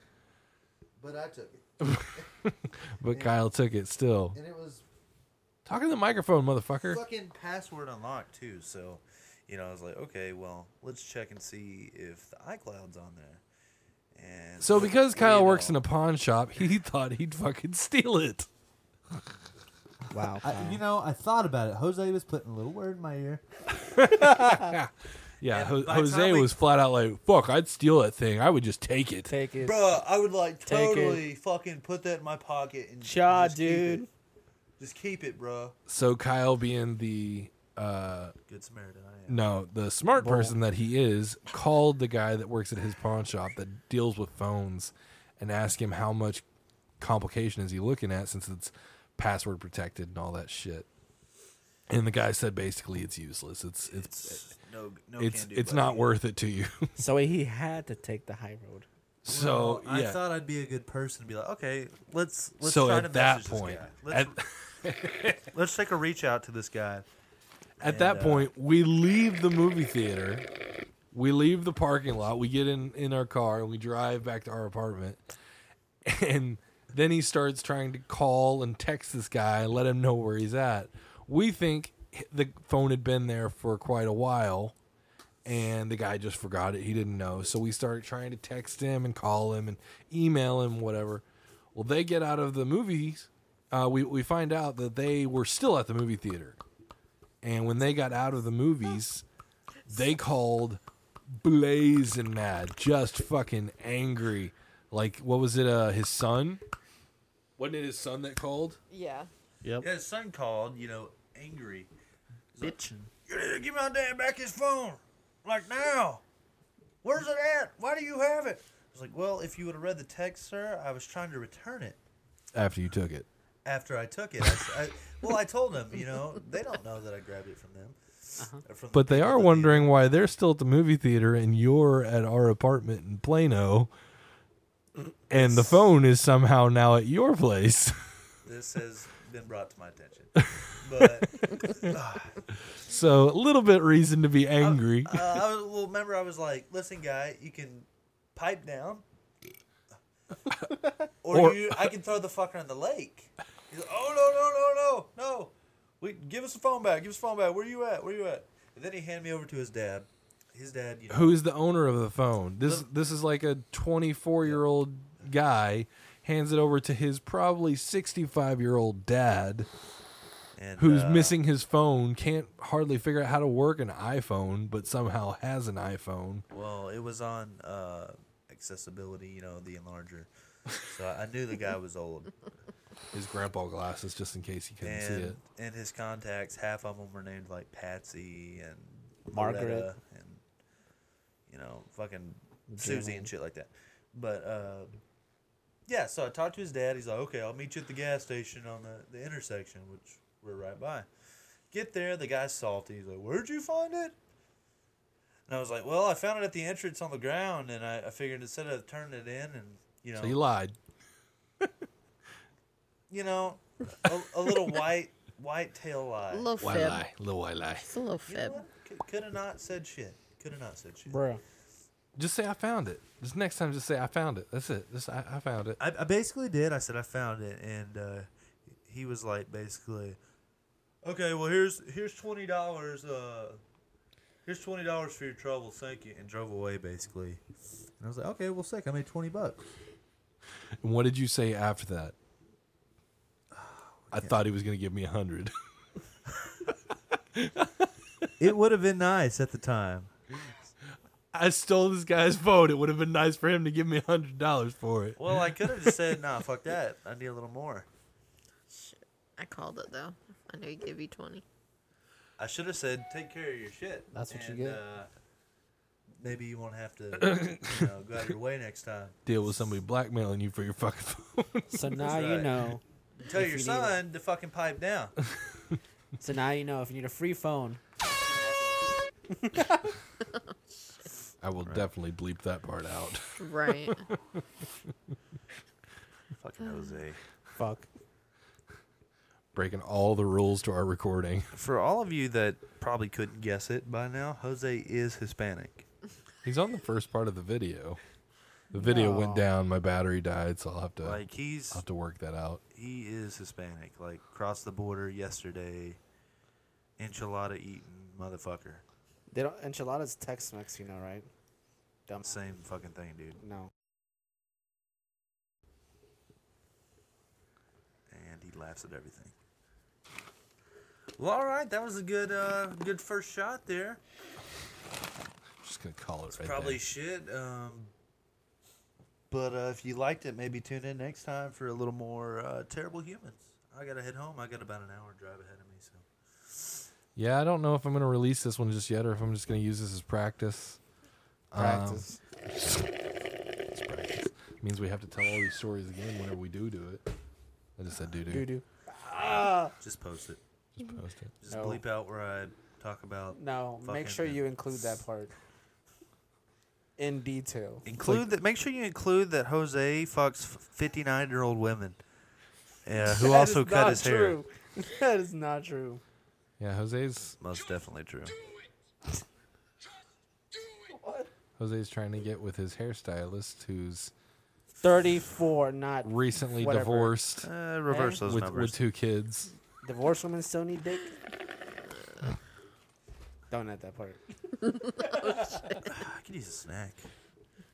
but I took it,
but Kyle took it still.
and it was
Talking to the microphone, motherfucker.
fucking password unlocked too. So, you know, I was like, okay, well, let's check and see if the iCloud's on there. And
So because
we
Kyle
know-
works in a pawn shop, he thought he'd fucking steal it.
Wow. I, you know, I thought about it. Jose was putting a little word in my ear.
Yeah,
And
Ho-
by the
Jose
time we-
was flat out like, "Fuck, I'd steal that thing. I would just take it."
Take it.
Bruh, I would like
Take it.
totally fucking put that in my pocket and
Cha,
just keep it.
dude.
Just keep it, bruh.
So Kyle, being the uh,
Good Samaritan, I am.
no, the smart person that he is, called the guy that works at his pawn shop that deals with phones, and asked him how much complication is he looking at since it's password protected and all that shit. And the guy said basically it's useless. It's it's
It's no, no
it's
can do,
it's
buddy.
not worth it to you.
So he had to take the high road.
so
Well, I
yeah.
thought I'd be a good person to be like, okay, let's let's
so
try
at
to
that
message this
point,
guy.
at,
Let's, let's take a reach out to this guy.
at that
uh,
point, we leave the movie theater, we leave the parking lot, we get in in our car, and we drive back to our apartment, and then he starts trying to call and text this guy and let him know where he's at. We think the phone had been there for quite a while. And the guy just forgot it. He didn't know. So we started trying to text him and call him and email him, whatever. Well, they get out of the movies. Uh, we, we find out that they were still at the movie theater. And when they got out of the movies, they called blazing mad, just fucking angry. Like, what was it? Uh, his son? Wasn't it his son that called?
Yeah.
Yeah, his son called, you know, angry.
Bitchin'.
You need to give my dad back his phone, like now. Where's it at? Why do you have it? I was like, well, if you would have read the text, sir, I was trying to return it.
After you took it.
after I took it. I s I well, I told them, you know, they don't know that I grabbed it from them. Or from the
But they
people
are
that
wondering why they're still at the movie theater and you're at our apartment in Plano. And the phone is somehow now at your place.
This says been brought to my attention. But
So a little bit reason to be angry.
uh, I was, well, remember I was like, "Listen, guy, you can pipe down, or,
Or-
you, I can throw the fucker in the lake." He's like, "Oh no, no, no, no, no! We give us the phone back. Give us the phone back. Where you at? Where you at?" And then he handed me over to his dad. His dad, you know,
Who is the owner of the phone? This this is like a 24 year old guy hands it over to his probably 65 year old dad
and,
who's
uh,
missing his phone, can't hardly figure out how to work an iPhone, but somehow has an iPhone.
Well, it was on uh, accessibility, you know, the enlarger. So I I knew the guy was old,
His grandpa glasses, just in case he couldn't see
and
it.
and his contacts, half of them were named like Patsy and
Margaret.
Loretta and you know, fucking Susie and shit like that. But uh, yeah, so I talked to his dad. He's like, "Okay, I'll meet you at the gas station on the the intersection, which we're right by." Get there, the guy's salty. He's like, "Where'd you find it?" And I was like, "Well, I found it at the entrance on the ground, and I, I figured instead of turning it in and you know,
So he lied.
you know, a, a little white white tail lie."
Little
Why
fib.
lie? Little why lie?
It's a little
You know
fib.
what? Could- Could have not said shit. Could have not said shit.
Bruh.
Just say I found it. Just next time, just say I found it. That's it. Just I, I found it.
I, I basically did. I said I found it, and uh, he was like, basically, okay, well here's here's twenty dollars. Uh, here's twenty dollars for your trouble. Thank you, and drove away basically.
And I was like, okay, well, sick. I made 20 bucks.
And what did you say after that? I thought he was going to give me a hundred.
It would have been nice at the time.
I stole this guy's phone. It would have been nice for him to give me a hundred dollars for it.
Well, I could have just said, nah, fuck that. I need a little more.
I called it though. I know you gave you twenty.
I should have said, take care of your shit.
That's what you
and,
get.
Uh, maybe you won't have to you know, go out of your way next time.
Deal with somebody blackmailing you for your fucking phone.
So now you
right.
know.
Tell your
If you need it.
son to fucking pipe down.
So now you know if you need a free phone.
I will definitely bleep that part out.
Right.
fucking Jose.
Fuck.
Breaking all the rules to our recording.
For all of you that probably couldn't guess it by now, Jose is Hispanic.
He's on the first part of the video. The video went
No.
down. My battery died, so I'll have to
Like he's
I'll have to work that out.
he is Hispanic. Like crossed the border yesterday, enchilada eating motherfucker.
They don't enchiladas Tex Mex, you know, right? Dumb.
Same fucking thing, dude.
No.
And he laughs at everything. Well, all right, that was a good uh, good first shot there.
Just gonna call it right
probably
there.
should. Um, but uh, if you liked it, maybe tune in next time for a little more uh, terrible humans. I gotta head home. I got about an hour drive ahead of me, so
yeah, I don't know if I'm gonna release this one just yet, or if I'm just gonna use this as practice. Um,
Practice.
it's practice. means we have to tell all these stories again whenever we do do it. I just said do
Doo
do.
doo.
just post it.
Just post it.
Just
No.
bleep out where I talk about.
No,
Fucking-
make sure you include that part in detail.
Include that. Make sure you include that Jose fucks fifty-nine-year-old women, uh, who
That
also
is
cut
not
his hair.
true. That is not true.
Yeah, Jose's
Most definitely true.
Jose's trying to get with his hairstylist, who's
34, not
recently
Whatever.
divorced
Uh, reverse those
with, with
numbers.
two kids.
divorced women still need dick. Don't add that part.
I could use a snack.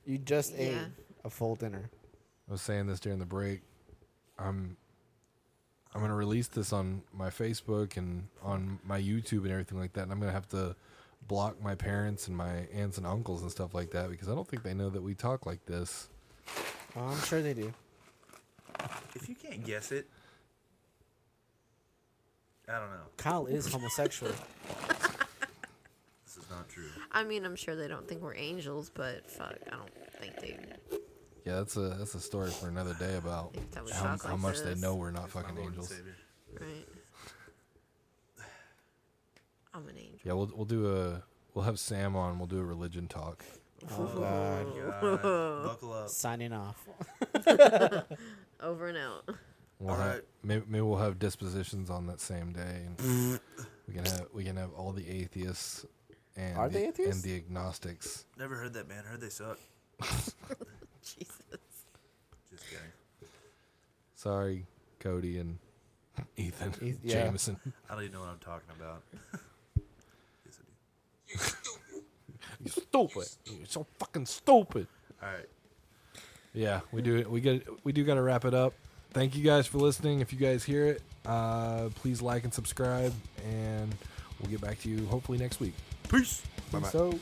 You just ate
Yeah.
a full dinner.
I was saying this during the break. I'm I'm gonna release this on my Facebook and on my YouTube and everything like that, and I'm gonna have to block my parents and my aunts and uncles and stuff like that because I don't think they know that we talk like this.
Oh, I'm sure they do.
If you can't guess it, I don't know.
Kyle is homosexual.
This is not true.
I mean, I'm sure they don't think we're angels, but fuck, I don't think they
Yeah, that's a that's a story for another day about
think that we
how,
talk
how
like
much they
this.
know we're not
My
fucking
Lord and
angels.
Savior.
Right. I'm an angel.
Yeah, we'll we'll do a we'll have Sam on. We'll do a religion talk.
Oh, God.
God, buckle up.
Signing off.
Over and out.
We'll
All
have,
right.
maybe, maybe we'll have dispositions on that same day, and we can have we can have all the atheists and
Are
the,
they atheists?
and the agnostics.
Never heard that, man. Heard they suck.
Jesus.
Just kidding.
Sorry, Cody and Ethan
Eth- yeah.
Jameson.
I don't even know what I'm talking about. Yes, I do.
You stupid! You're so fucking stupid.
All right.
Yeah, we do. We get. We do got to wrap it up. Thank you guys for listening. If you guys hear it, uh, please like and subscribe, and we'll get back to you hopefully next week.
Peace.
Bye bye.
So.